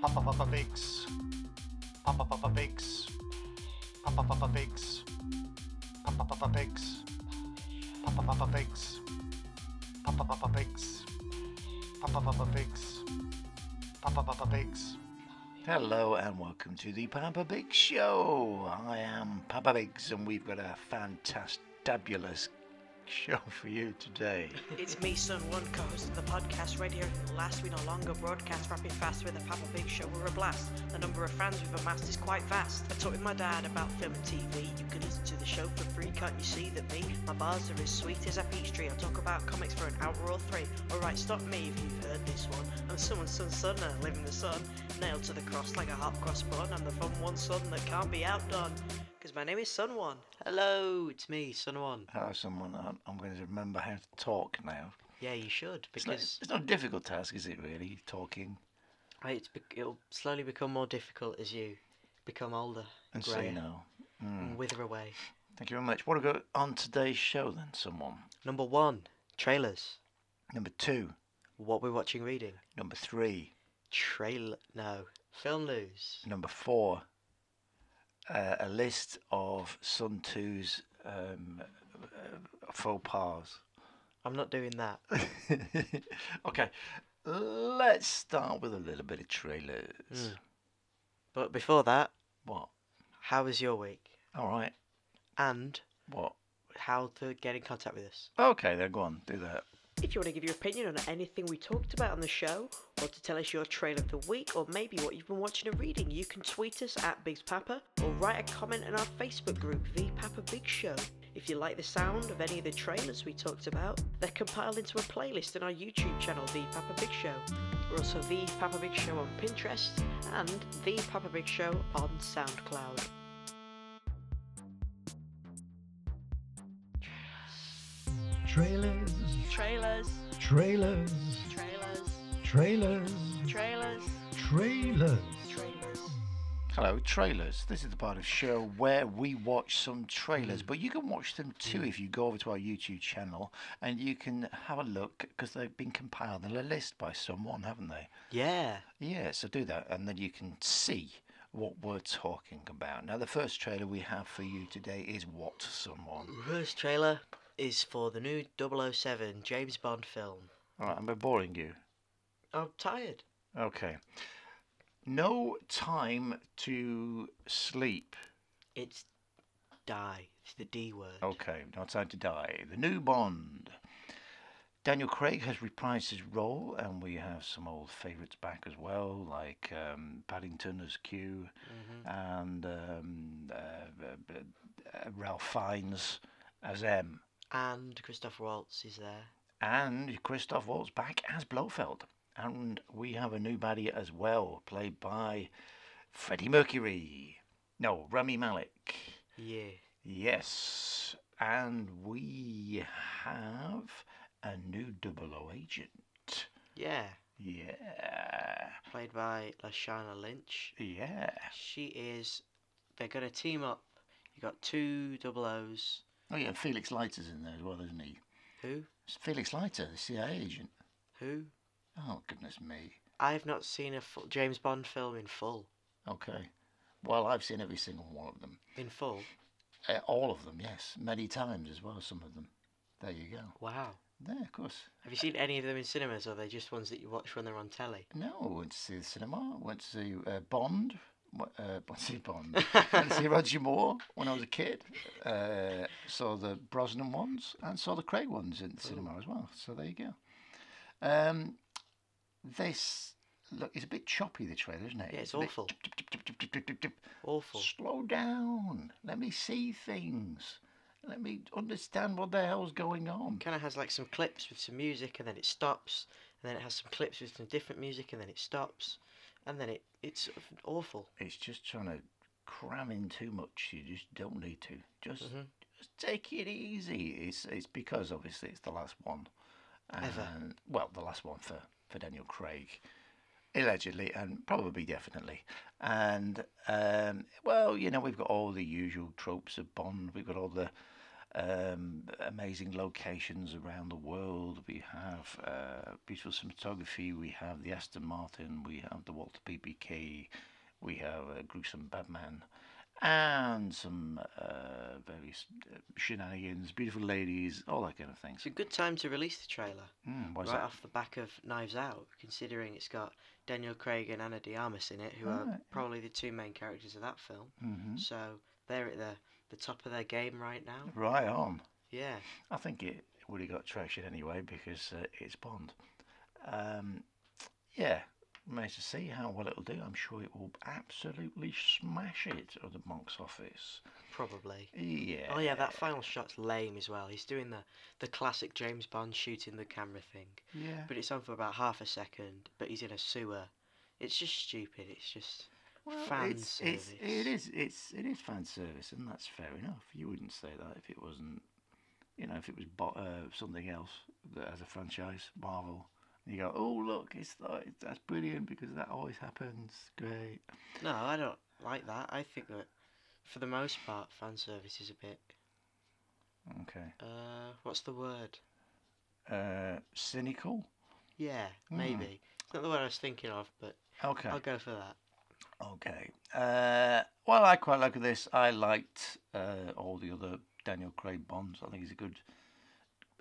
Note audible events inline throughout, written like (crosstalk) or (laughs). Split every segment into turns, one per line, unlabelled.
Papa Papa Bakes. Papa Papa Bakes. Papa Papa Bakes. Papa Papa Bakes. Papa Papa Bakes. Papa Papa Bakes. Papa Papa Bakes. Papa Papa Bakes. Hello and welcome to the Papa Big Show. I am Papa Biggs and we've got a fantastabulous show for you
(laughs)
today.
It's me, Son One, co-host of the podcast right here at the last we no longer broadcast rapid fast with a Papa Big Show or a blast. The number of fans we've amassed is quite vast. I talk with my dad about film and TV. You can listen to the show for free, can't you see that me? My bars are as sweet as a peach tree. I talk about comics for an hour or three. Alright, stop me if you've heard this one. I'm someone's son's son and I live in the sun. Nailed to the cross like a hot cross bun. I'm the fun one son that can't be outdone. Because my name is Son One. Hello, it's me, Son One.
Hello, someone. I'm- I'm going to remember how to talk now.
Yeah, you should,
It's not,
because...
it's not a difficult task, is it? Really, talking
Right, It's bec it'll slowly become more difficult as you become older
and
grayer,
say no. Hmm.
and wither away.
Thank you very much. What have we got on today's show then? Someone
Number one, trailers.
number two,
What we're watching, reading.
number three,
Trailer. No. Film news.
number four. Uh, a list of Sun Tzu's um, uh, faux pas. (laughs)
I'm not doing that.
okay, let's start with a little bit of trailers.
But before that,
What?
how was your week?
All right.
And
What?
how to get in contact with us.
Okay, then go on, do that.
If you want to give your opinion on anything we talked about on the show, or to tell us your trail of the week, or maybe what you've been watching and reading, you can tweet us at Big's Papa or write a comment in our Facebook group, The Papa Big Show. If you like the sound of any of the trailers we talked about, they're compiled into a playlist on our YouTube channel, The Papa Big Show. We're also The Papa Big Show on Pinterest and The Papa Big Show on SoundCloud.
Trailers,
Trailers,
trailers,
trailers,
trailers,
trailers,
trailers.
trailers.
Hello, trailers. This is the part of the show where we watch some trailers, but you can watch them too if you go over to our YouTube channel and you can have a look because they've been compiled in a list by someone, haven't they?
Yeah.
Yeah, so do that, and then you can see what we're talking about. Now, the first trailer we have for you today is What Someone.
Rehearse trailer is for the new 007 James Bond film.
All right, am I boring you?
I'm tired.
Okay. No time to sleep.
It's die. It's the D word.
Okay, no time to die. The new Bond. Daniel Craig has reprised his role, and we have some old favourites back as well, like um, Paddington as Q, and um, uh, uh, uh, Ralph Fiennes as M,
And Christoph Waltz is there.
and Christoph Waltz back as Blofeld. And we have a new baddie as well, played by Freddie Mercury. No, Rami Malek.
Yeah.
Yes, and we have a new double O agent.
Yeah.
Yeah,
Played by Lashana Lynch.
yeah.
She is. They're going to team up. You got two double O's.
Oh yeah, Felix Leiter's in there as well, isn't he?
Who?
It's Felix Leiter, the CIA agent.
Who?
Oh goodness me.
I have not seen a full James Bond film in full.
Okay. Well, I've seen every single one of them.
In full?
Uh, all of them, yes, many times as well. Some of them. There you go.
Wow.
There, of course.
Have you seen any of them in cinemas, or are they just ones that you watch when they're on telly? (laughs)
No, I went to see the cinema. I went to see uh, Bond. Wh- Uh, (laughs) went to see Bond. went to see Roger Moore when I was a kid. Uh, saw the Brosnan ones and saw the Craig ones in the cinema as well. So there you go. Um, this look it's a bit choppy. The trailer, isn't it?
Yeah, it's
a bit
awful.
dip, dip, dip, dip, dip, dip, dip, dip, dip.
Awful.
Slow down. Let me see things. Let me understand what the hell's going on.
kind of has like some clips with some music and then it stops and then it has some clips with some different music and then it stops and then it it's sort of awful
It's just trying to cram in too much. You just don't need to. Just,
Mhm.
just take it easy. It's it's because obviously it's the last one.
Ever.
And- Well, the last one for for Daniel Craig, allegedly and probably definitely. And um, well, you know we've got all the usual tropes of Bond. We've got all the um, amazing locations around the world. We have uh, beautiful cinematography. We have the Aston Martin. We have the Walter PPK. We have uh, gruesome Batman, and some uh, various uh, shenanigans, beautiful ladies, all that kind of things.
It's a good time to release the trailer.
Mm, why's
right
that?
off the back of Knives Out, considering it's got Daniel Craig and Anna de Armas in it, who
Right, yeah.
are probably the two main characters of that film.
hmm
So they're at the, the top of their game right now.
Right on.
Yeah.
I think it would have got traction anyway because uh, it's Bond. Um, yeah, remains to see how well it'll do. I'm sure it will absolutely smash it at the box office.
Probably.
Yeah.
Oh yeah, that final shot's lame as well. He's doing the, the classic James Bond shooting the camera thing.
Yeah.
But it's on for about half a second, but he's in a sewer. It's just stupid, it's just
Well,
fan
it's, it's,
service.
it is it's it is fan service, and that's fair enough. You wouldn't say that if it wasn't, you know, if it was bo- uh, something else that has a franchise, Marvel. And you go, oh look, it's like that's brilliant because that always happens. Great.
No, I don't like that. I think that for the most part fan service is a bit
Okay.
uh what's the word?
Uh, cynical.
Yeah,
Hmm.
maybe. It's not the word I was thinking of, but
Okay.
I'll go for that.
Okay. Uh, well, I quite like this. I liked uh, all the other Daniel Craig Bonds. I think he's a good,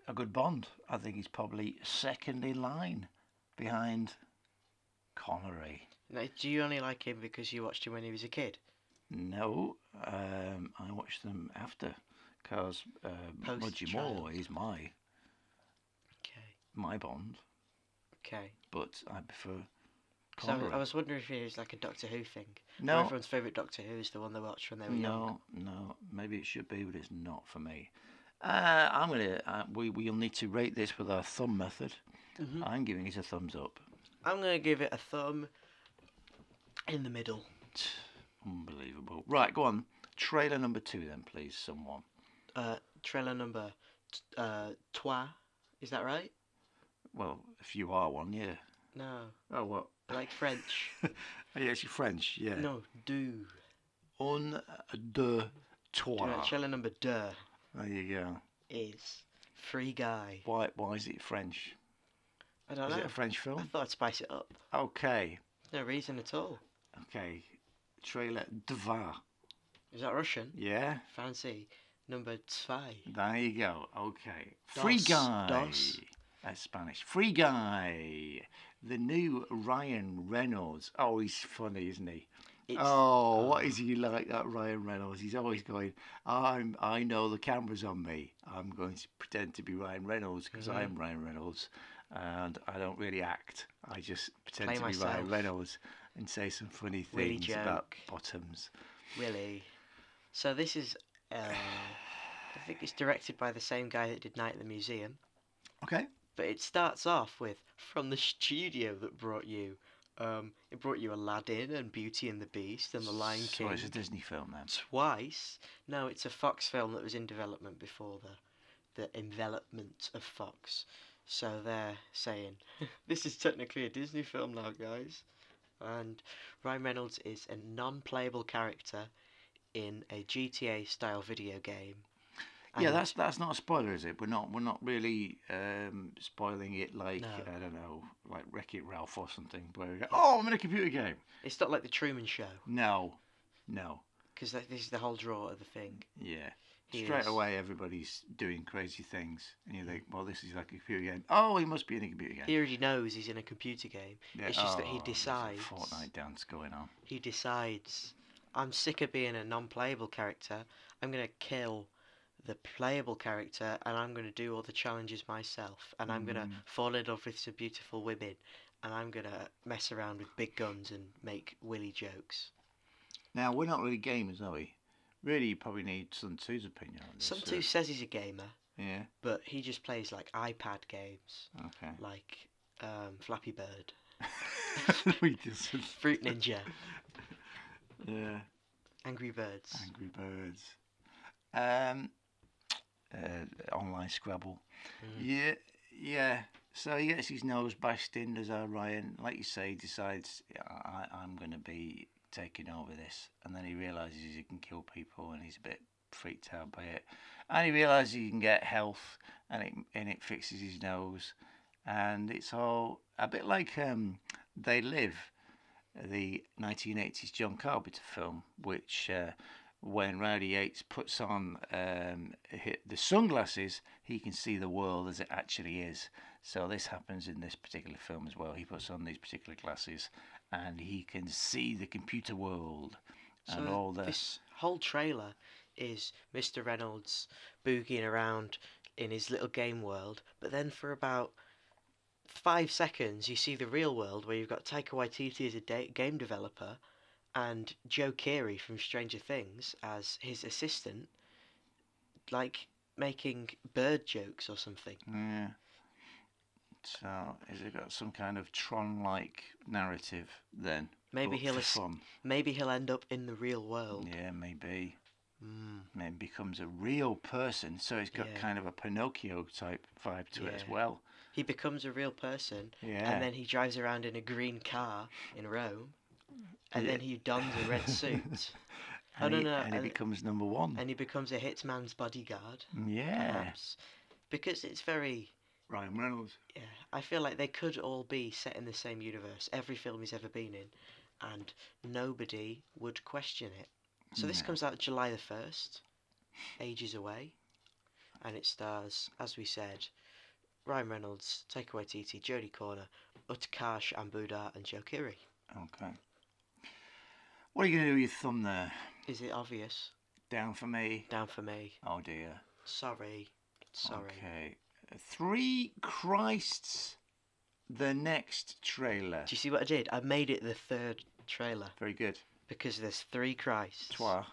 a good Bond. I think he's probably second in line behind Connery.
Now, do you only like him because you watched him when he was a kid?
No, um, I watched them after, because uh, Mudgee Moore
Post-child.
is my
Okay.
my Bond,
Okay.
but I prefer
So I,
Connery.
was- I was wondering if it was like a Doctor Who thing. where
no,
Everyone's favourite Doctor Who is the one they watched when they were young.
No, no. Maybe it should be, but it's not for me. Uh, I'm gonna. Uh, we we'll need to rate this with our thumb method.
Mhm.
I'm giving it a thumbs up. (sighs)
I'm going to give it a thumb in the middle.
Unbelievable. Right, go on. Trailer number two, then, please, someone.
Uh, trailer number t- uh, trois. Is that right?
Well, if you are one, yeah.
No.
Oh what?
I like French.
Oh, yeah, it's your French, (laughs) yeah.
no, deux.
Un, deux,
Wow.
trois.
Trailer number deux
There you go.
is Free Guy.
Why why is it French?
I don't
Is
know.
it a French
I
film?
thought I'd spice it up.
Okay,
No reason at all.
okay. Trailer dva.
Is that Russian?
Yeah.
Fancy number zwei.
There you go. Okay. Free
Dos,
Guy.
dos.
That's Spanish. Free Guy. The new Ryan Reynolds. Oh, he's funny, isn't he?
It's,
oh, what
oh.
is he like, that Ryan Reynolds? He's always going, I'm, I know the camera's on me. I'm going to pretend to be Ryan Reynolds because I am
Mm-hmm.
Ryan Reynolds and I don't really act. I just pretend
Play
to be Ryan
myself.
Reynolds and say some funny
Really
things about
joke.
bottoms.
Willie. So this is, uh, I think it's directed by the same guy that did Night at the Museum.
Okay.
But it starts off with from the studio that brought you, um, it brought you Aladdin and Beauty and the Beast and The Lion
so
King
it's a Disney film then.
twice. No, it's a Fox film that was in development before the the envelopment of Fox. So they're saying
(laughs)
this is technically a Disney film now, guys. And Ryan Reynolds is a non-playable character in a GTA style video game.
yeah,
And
that's that's not a spoiler, is it? We're not we're not really um, spoiling it like
No.
I don't know, like Wreck It Ralph or something. Where we go, oh, I'm in a computer game.
it's not like the Truman Show
No, no,
because this is the whole draw of the thing.
yeah.
He
Straight
is- Mm.
away, everybody's doing crazy things, and you think, well, this is like a computer game. Oh, he must be in a computer game.
He already knows he's in a computer game.
Yeah,
it's just that he
oh, there's a
decides.
Fortnite dance going on.
he decides I'm sick of being a non-playable character. I'm going to kill the playable character and I'm going to do all the challenges myself and I'm going to fall in love with some beautiful women and I'm going to mess around with big guns and make willy jokes.
Now we're not really gamers, are we? Really, you probably need Sun Tzu's opinion on this.
Some
uh,
too says he's a gamer,
Yeah.
but he just plays like iPad games (laughs)
Okay. (laughs)
like um, Flappy Bird,
we just
Fruit Ninja,
yeah.
Angry Birds.
Angry Birds. Um, uh, online Scrabble. Yeah, yeah. So he gets his nose bashed in, does our Ryan. Like you say, he decides I, I- I'm going to be taking over this, and then he realizes he can kill people, and he's a bit freaked out by it. And he realises he can get health, and it and it fixes his nose, and it's all a bit like um, They Live, the 1980s John Carpenter film, which. Uh, when Rowdy Yates puts on um, hi- the sunglasses, he can see the world as it actually is. So this happens in this particular film as well. He puts on these particular glasses, and he can see the computer world and
so
all the
this whole trailer is Mr. Reynolds boogieing around in his little game world, but then for about five seconds you see the real world where you've got Taika Waititi as a da- game developer and Joe Keery from Stranger Things as his assistant, like making bird jokes or something.
Yeah. So has it got some kind of Tron-like narrative then?
Maybe
But
he'll
for
es-
fun.
Maybe he'll end up in the real world.
Yeah, maybe.
Mm.
Maybe becomes a real person, so it's got
Yeah.
kind of a Pinocchio type vibe to it as
Yeah.
well.
He becomes a real person
Yeah.
and then he drives around in a green car in Rome, and then he dons a
(laughs)
red suit,
And
Oh, no,
he,
no,
and he
and-
becomes number one.
and he becomes a hitman's bodyguard,
yeah.
perhaps, because it's very.
Ryan Reynolds.
Yeah, I feel like they could all be set in the same universe. Every film he's ever been in, and nobody would question it. So this
No.
comes out July the first, ages away, and it stars, as we said, Ryan Reynolds, Taika Waititi, Jodie Corner, Utkarsh Ambudar, and Joe Keery.
Okay. What are you gonna do with your thumb there?
Is it obvious?
Down for me.
Down for me.
Oh dear.
Sorry. Sorry.
Okay. Three Christs. The next trailer.
Do you see what I did? I made it the third trailer
Very good.
because there's three Christs.
Trois.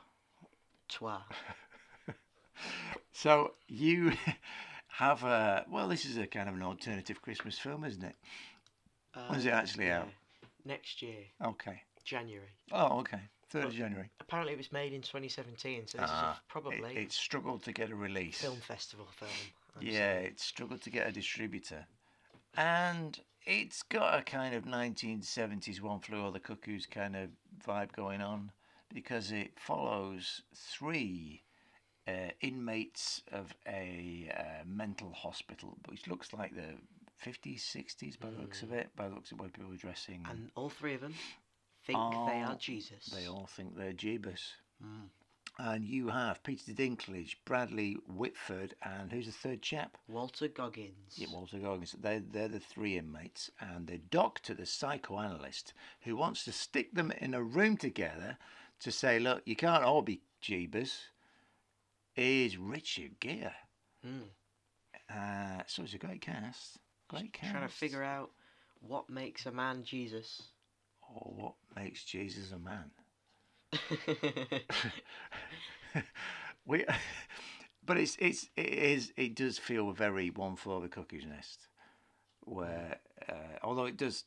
Twa.
So you (laughs) have a well. This is a kind of an alternative Christmas film, isn't it?
Uh,
Or is it actually out?
Next year,
Okay.
January.
Oh, okay. Third of
But
January.
Apparently it was made in 2017, so this is a
Ah,
f- probably
It, it struggled to get a release.
film festival film. I'm
yeah,
saying.
it struggled to get a distributor, and it's got a kind of 1970s one flew over the cuckoo's kind of vibe going on because it follows three uh, inmates of a uh, mental hospital, which looks like the 50s, 60s by the looks of it, by the looks of the way people are dressing.
Mm. And all three of them think they are
All-
Jesus.
Oh, they all think they're Jeebus.
Mm.
And you have Peter Dinklage, Bradley Whitford, and who's the third chap?
Walter Goggins.
Yeah, Walter Goggins. They're, they're the three inmates, and the doctor, the psychoanalyst, who wants to stick them in a room together to say, look, you can't all be Jeebus, is Richard Gere.
Mm.
Uh, so it's a great cast. Great cast.
Trying to figure out what makes a
(laughs)
man Jesus. (laughs)
Or Oh, what makes Jesus a man? we, (laughs) but it's it's it is it does feel very one floor of the cuckoo's nest, where uh, although it does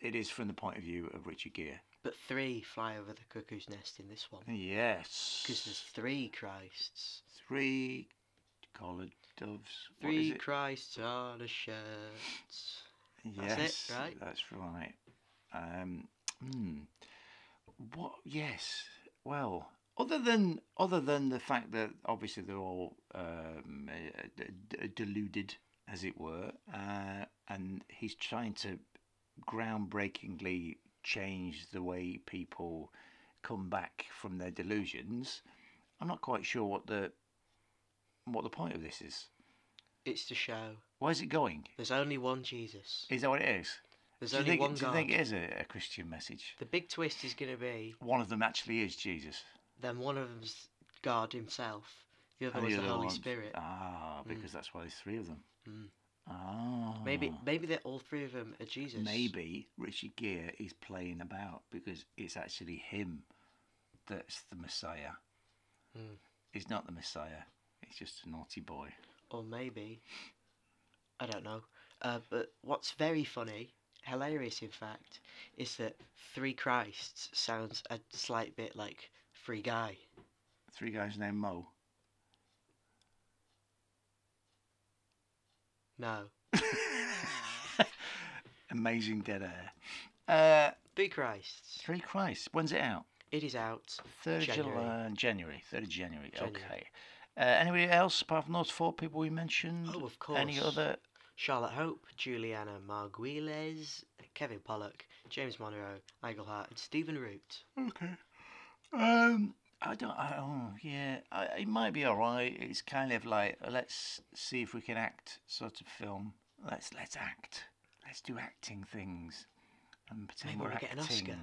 it is from the point of view of Richard Gere.
but three fly over the cuckoo's nest in this one.
Yes,
Because there's three Christs.
three collared doves. What is
Three
it?
Christs on a shirt.
yes,
that's it, right?
That's right. Um, hmm. What? Yes. Well, other than other than the fact that obviously they're all um, uh, d- d- deluded, as it were, uh, and he's trying to groundbreakingly change the way people come back from their delusions. I'm not quite sure what the what the point of this is.
It's to show
Where's it going?
there's only one Jesus.
Is that what it is?
There's
do you
only
think,
one
do you
God.
think it is a, a Christian message?
The big twist is going to be
One of them actually is Jesus.
then one of them's God himself, the other
and
one's the,
other
Holy
one's-
Spirit. Hmm.
Ah, because that's why there's three of them.
Mm.
Ah.
Maybe maybe they're all three of them are Jesus.
Maybe Richard Gere is playing about because it's actually him that's the Messiah.
Mm.
He's not the Messiah. He's just a naughty boy.
Or maybe I don't know. Uh, but what's very funny, hilarious in fact, is that three Christs sounds a slight bit like free guy.
Three guys named
(laughs)
Mo. (laughs)
No.
Amazing dead air. Uh,
Three Christs.
three Christ. When's it out?
It is out.
Third of
January.
July, January. Third of January.
January.
Okay. Uh, anybody else apart from those four people we mentioned?
Oh, of course.
Any other?
Charlotte Hope, Juliana Margulies, Kevin Pollock, James Monroe, Nigel Hart, and Stephen Root.
Okay. Um, I don't. I, oh, yeah. I, it might be all right. It's kind of like uh, let's see if we can act sort of film. Let's let's act. Let's do acting things, and pretend
Maybe
we're
we get
acting.
an Oscar.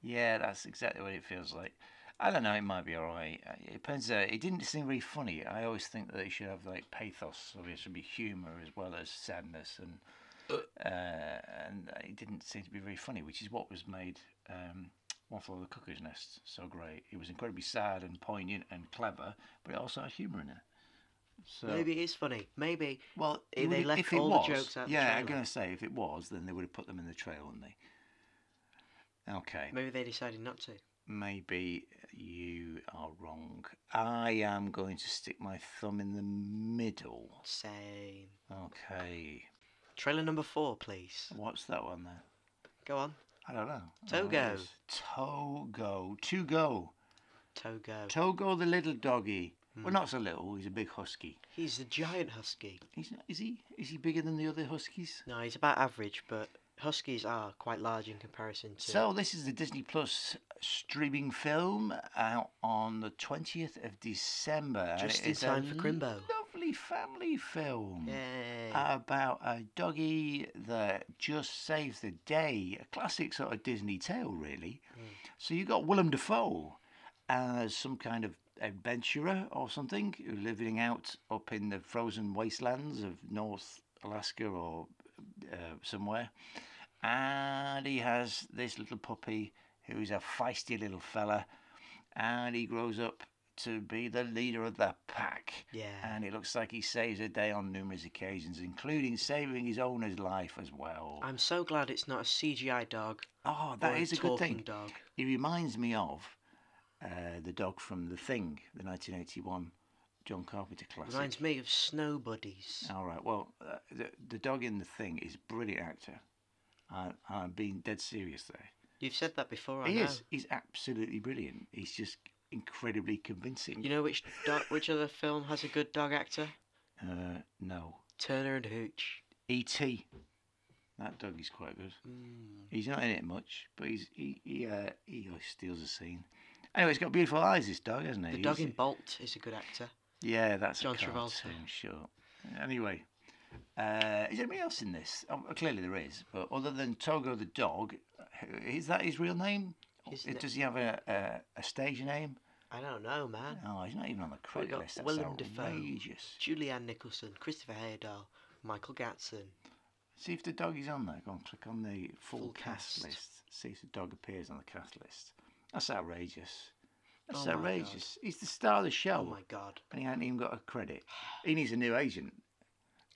Yeah, that's exactly what it feels like. I don't know. It might be all right. Uh, It depends. Uh, it didn't seem really funny. I always think that it should have like pathos. So it should be humour as well as sadness, and uh, and it didn't seem to be very funny, which is what was made. Um, one Flew Over the Cuckoo's Nest so great. It was incredibly sad and poignant and clever, but it also had humour in it. So
Maybe it is funny. Maybe
well,
they-
it
they
would-
left
if it
all the
was-
jokes out the
Yeah, I'm
trailer.
going to say if it was, then they would have put them in the trailer, wouldn't they? Okay,
maybe they decided not to.
maybe you are wrong. I am going to stick my thumb in the middle.
Same.
Okay,
Trailer number four, please.
what's that one then?
Go on.
I don't know. Oh,
Togo.
Togo. To go.
Togo.
Togo the little doggy.
Hmm.
Well, not so little. He's a big husky.
He's the giant husky.
He's not, is he? Is he bigger than the other huskies?
No, he's about average, but huskies are quite large in comparison to.
So this is the Disney Plus streaming film out on the twentieth of December. and
Just
it
in
is a
time for Crimbo.
Lovely family film.
Yay.
uh, About a doggy that just saves the day. A classic sort of Disney tale, really. So you got Willem Dafoe as some kind of adventurer or something, who living out up in the frozen wastelands of North Alaska or uh, somewhere. And he has this little puppy who's a feisty little fella. And he grows up to be the leader of the pack.
Yeah.
And it looks like he saves the day on numerous occasions, including saving his owner's life as well.
I'm so glad it's not a CGI dog.
oh,
or
that is a good
talking
thing.
dog.
He reminds me of uh, the dog from The Thing, the 1981 John Carpenter classic.
Reminds me of Snow Buddies.
All right. Well, uh, the, the dog in The Thing is a brilliant actor. I, I'm being dead serious there.
You've said that before, Oh, I
he
know.
is. He's absolutely brilliant. He's just incredibly convincing.
You know which dog, which other film has a good dog actor?
uh, no.
Turner and Hooch.
E.T. That dog is quite good.
Mm.
He's not in it much, but he's he he, uh, he always steals a scene. Anyway, he's got beautiful eyes. This dog, hasn't he?
The dog
He's-
in Bolt is a good actor.
Yeah, that's
John
a
Travolta.
cartoon, sure. Anyway, uh, is there anybody else in this? Um, clearly there is, but other than Togo the dog, who- is that his real name?
His
Or
na-
Does he have a, a, a stage name?
I don't know, man.
No, he's not even on the credit
got
list. That's
Willem Dafoe.
outrageous.
Julianne Nicholson, Christopher Heyerdahl, Michael Gatson.
See if the dog is on there. Go and click on the full,
Full
cast.
cast.
list. See if the dog appears on the cast list. That's outrageous. That's
Oh my God.
outrageous. He's the star of the show,
Oh my God.
and he hasn't even got a credit. He needs a new agent.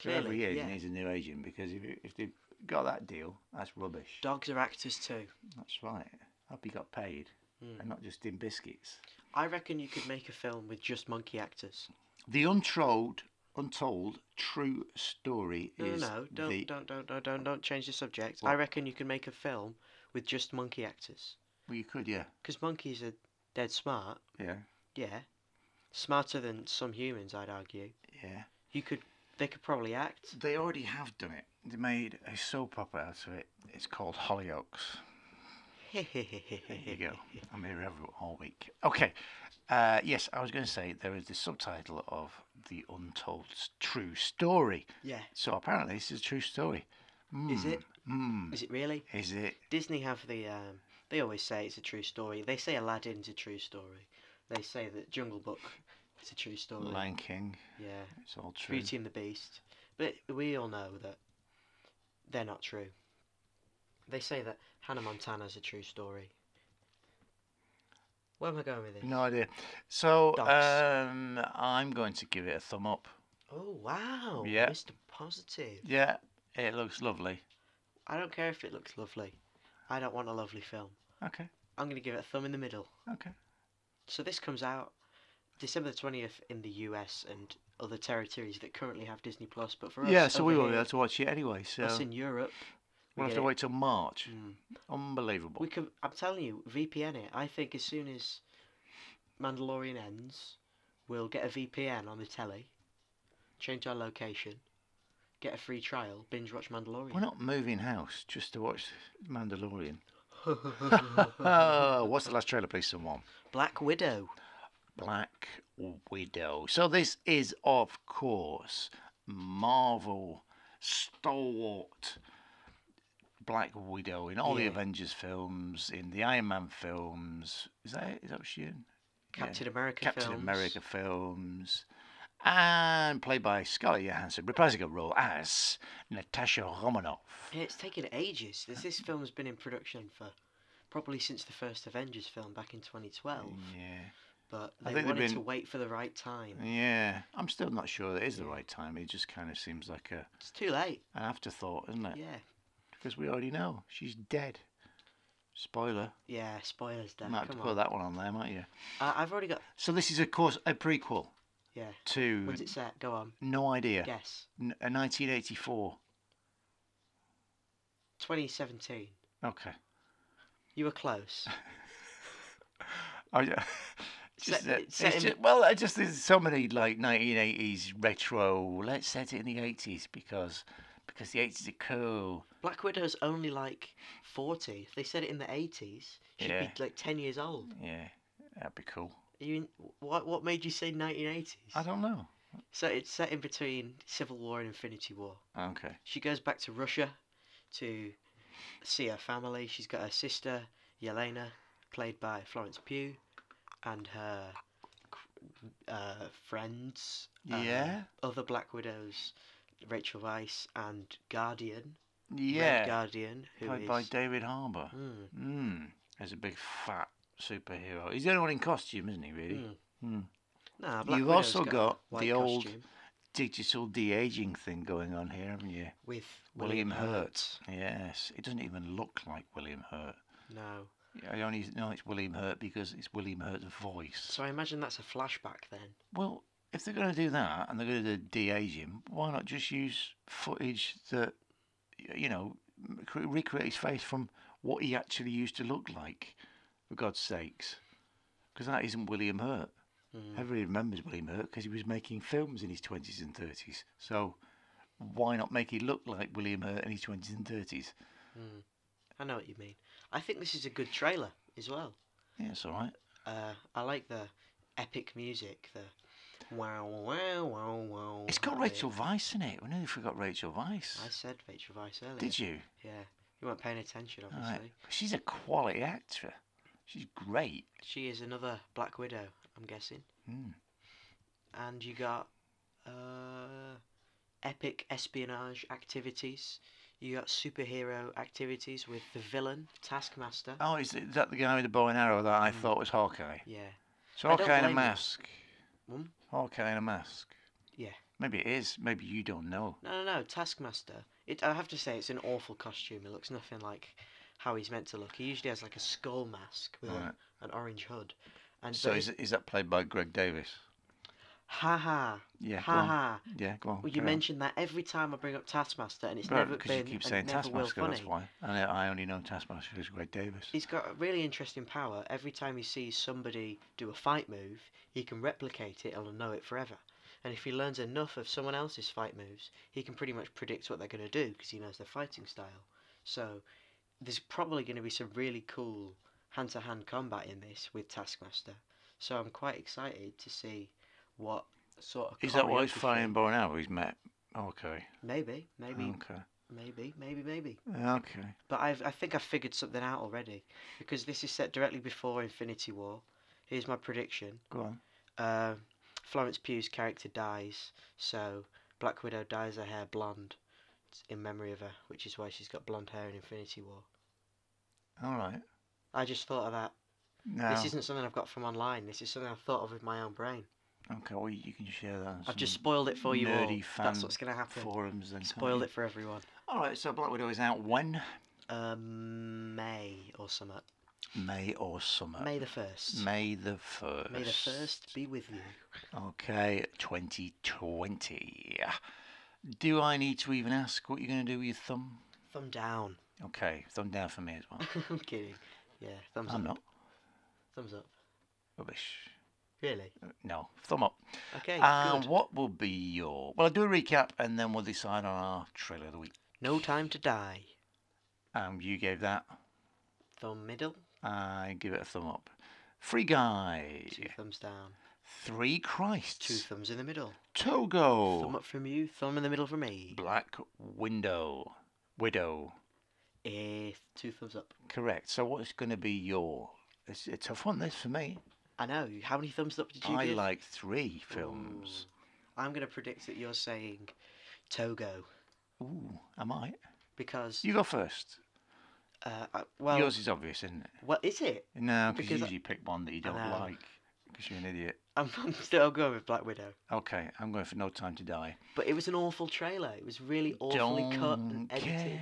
Whoever he
Clearly,
is,
yeah.
he needs a new agent because if, if they've got that deal, that's rubbish.
Dogs are actors too.
That's right. Hope he got paid
Hmm.
and not just in biscuits.
I reckon you could make a film with just monkey actors.
The untold, untold true story
No, no,
is
no. Don't,
the
don't, don't, don't, don't, don't change the subject. I
What?
reckon you could make a film with just monkey actors.
well, you could, yeah,
Because monkeys are dead smart.
yeah,
Yeah. Smarter than some humans, I'd argue.
yeah.
You could. They could probably act. (laughs)
They already have done it. They made a soap opera out of it. It's called Hollyoaks. There you
(laughs)
go. I'm here every all week. Okay. Uh, yes, I was going to say there is the subtitle of the untold s- true story.
yeah.
So apparently this is a true story.
Is it?
Mm,
Is it really?
is it?
Disney have the. Um, they always say it's a true story. They say Aladdin's a true story. They say that Jungle Book is a true story.
Lion King.
Yeah.
It's all true.
Beauty and the Beast. But we all know that they're not true. They say that Hannah Montana's a true story. Where am I going with this?
No idea. So
Dogs.
um, I'm going to give it a thumb up.
Oh wow!
Yeah.
Mr. Positive.
Yeah, it looks lovely.
I don't care if it looks lovely. I don't want a lovely film.
Okay.
I'm gonna give it a thumb in the middle.
Okay.
So this comes out December twentieth in the US and other territories that currently have Disney Plus, but for us,
yeah, so
over
we won't
here,
be able to watch it anyway. So
us in Europe,
We'll have
get
to
it.
wait till March.
Mm.
Unbelievable.
We could. I'm telling you, VPN it. I think as soon as Mandalorian ends, we'll get a VPN on the telly, change our location, get a free trial, binge watch Mandalorian.
We're not (laughs) moving house just to watch Mandalorian. Oh, what's the last trailer, please, someone?
(laughs) Black Widow.
Black Widow. So this is, of course, Marvel stalwart Black Widow in all
Yeah.
the Avengers films, in the Iron Man films. Is that it? Is that what she in? Yeah.
Captain America
Captain
films.
America films. And played by Scarlett Johansson, reprising her role as Natasha Romanoff.
Yeah, it's taken ages. This, this film's been in production for probably since the first Avengers film back in 2012,
Yeah.
but
Mm. I
they
think they've
wanted
been-
to wait for the right time.
Yeah, I'm still not sure that is the right time. It just kind of seems like a,
It's too late.
an afterthought, isn't it?
Yeah.
Because we already know she's dead. Spoiler.
Yeah, spoilers
You
there.
might have to
Come
put
on.
that one on there, might you?
I, I've already got.
So this is, of course, a prequel
Yeah.
to
When's it set? Go on.
No Idea,
Guess.
N- uh, 1984.
2017.
Okay.
You were close.
(laughs) Oh, yeah. Just,
Set-
uh,
it's
(laughs)
set
it's
in-
ju- well, I just there's so many like 1980s retro. Let's set it in the 80s because because the 80s are cool.
Black Widow's only like 40. If they said it in the 80s, she'd
Yeah.
be like 10 years old.
Yeah, that'd be cool.
Are you, what, what made you say 1980s?
I don't know.
So it's set in between Civil War and Infinity War.
Okay.
She goes back to Russia to see her family. She's got her sister, Yelena, played by Florence Pugh, and her uh, friends. uh,
Yeah.
Other Black Widows, Rachel Weisz and Guardian. Red
Yeah.
Guardian, who
played by
is-
David Harbour.
Mm,
Mm. He's a big fat superhero. He's the only one in costume, isn't he? Really?
mm.
Mm.
Nah, Black
You've
Widow's
also
a
got
white
the old
costume
Digital de aging thing going on here, haven't you?
with
William
Hurt.
Yes. It doesn't even look like William Hurt.
No,
I only know it's William Hurt because it's William Hurt's voice.
so I imagine that's a flashback then.
well, if they're going to do that and they're going to de age him, why not just use footage that, y- you know, m- cre- recreate his face from what he actually used to look like, for God's sakes? Because that isn't William Hurt.
Mm.
Everybody remembers William Hurt because he was making films in his 20s and 30s. So why not make it look like William Hurt in his 20s and 30s?
Mm. I know what you mean. I think this is a good trailer as well.
Yeah, it's all right.
Uh, I like the epic music. The wow, wow, wow, wow.
It's got
wow.
Rachel Weisz in it. We nearly forgot Rachel Weisz.
I said Rachel Vice earlier.
Did you?
Yeah. You weren't paying attention,
All
obviously.
right. She's a quality actor. She's great.
She is another Black Widow, I'm guessing.
Mm.
And you got uh, epic espionage activities. You got superhero activities with the villain Taskmaster.
Oh, is th- that the guy with the bow and arrow that I
Mm.
thought was Hawkeye?
Yeah.
So
I don't
Hawkeye in a
blame you.
mask.
Hmm?
Hawkeye in a mask.
Yeah.
Maybe it is. Maybe you don't know.
No, no, no, Taskmaster. It, I have to say, it's an awful costume. It looks nothing like how he's meant to look. He usually has like a skull mask with
Right.
a, an orange hood. And
So
but
is,
it-
is that played by Greg Davis?
ha ha,
Yeah. go
ha
on.
ha.
Yeah, go on.
Well, you
carry on.
mention that every time I bring up Taskmaster, and it's
Right,
never
because
been
you keep
and
saying
never will
Taskmaster,
funny.
that's why. And I I only know Taskmaster is Greg Davis.
He's got a really interesting power. Every time he sees somebody do a fight move, he can replicate it and he'll know it forever. And if he learns enough of someone else's fight moves, he can pretty much predict what they're going to do because he knows their fighting style. So there's probably going to be some really cool hand to hand combat in this with Taskmaster. So I'm quite excited to see what sort of.
Is that why he's
choreography-
fighting bow and arrow? He's met. Okay.
Maybe, maybe,
Okay.
maybe, maybe, maybe.
Okay.
But I've, I think I've figured something out already because this is set directly before Infinity War. Here's my prediction
Go on.
uh, Florence Pugh's character dies, so Black Widow dyes her hair blonde in memory of her, which is why she's got blonde hair in Infinity War.
All right.
I just thought of that.
Now,
This isn't something I've got from online. This is something I've thought of with my own brain.
okay, well, you can share that. on
I've just
some
spoiled it for you all.
nerdy fan
That's what's going to happen.
Forums and
Spoiled it for everyone.
All right, so Black Widow is out when?
Um, May or summer.
May or summer?
May the 1st.
Uh, May the 1st.
May the 1st be with you.
Okay, 2020. Do I need to even ask what you're going to do with your thumb?
Thumb down.
Okay, thumb down for me as
(laughs)
well.
I'm kidding. Yeah, thumbs
I'm
up.
not.
Thumbs up.
Rubbish.
Really?
No, thumb up.
Okay.
And
good.
Uh, what will be your. Well, I'll do a recap and then we'll decide on our trailer of the week.
No time to die.
Um, you gave that.
Thumb middle.
I give it a thumb up. Free Guy.
Two thumbs down.
Three Christs.
Two thumbs in the middle.
Togo.
Thumb up from you. Thumb in the middle from me.
Black Window. Widow.
Eh, two thumbs up.
Correct. So what's going to be your? It's a tough one. This for me.
I know. How many thumbs up did you
I
give?
like three films.
I'm gonna predict that you're saying Togo
Ooh, I might.
because
You go first.
uh, I- well,
Yours is obvious, isn't it?
what is it?
No, because you
because I-
usually pick one that you don't
know.
like because you're an idiot.
I'm, (laughs) I'm still going with Black Widow,
Okay, I'm going for No Time to Die.
but it was an awful trailer. It was really awfully cut and
Don't
edited,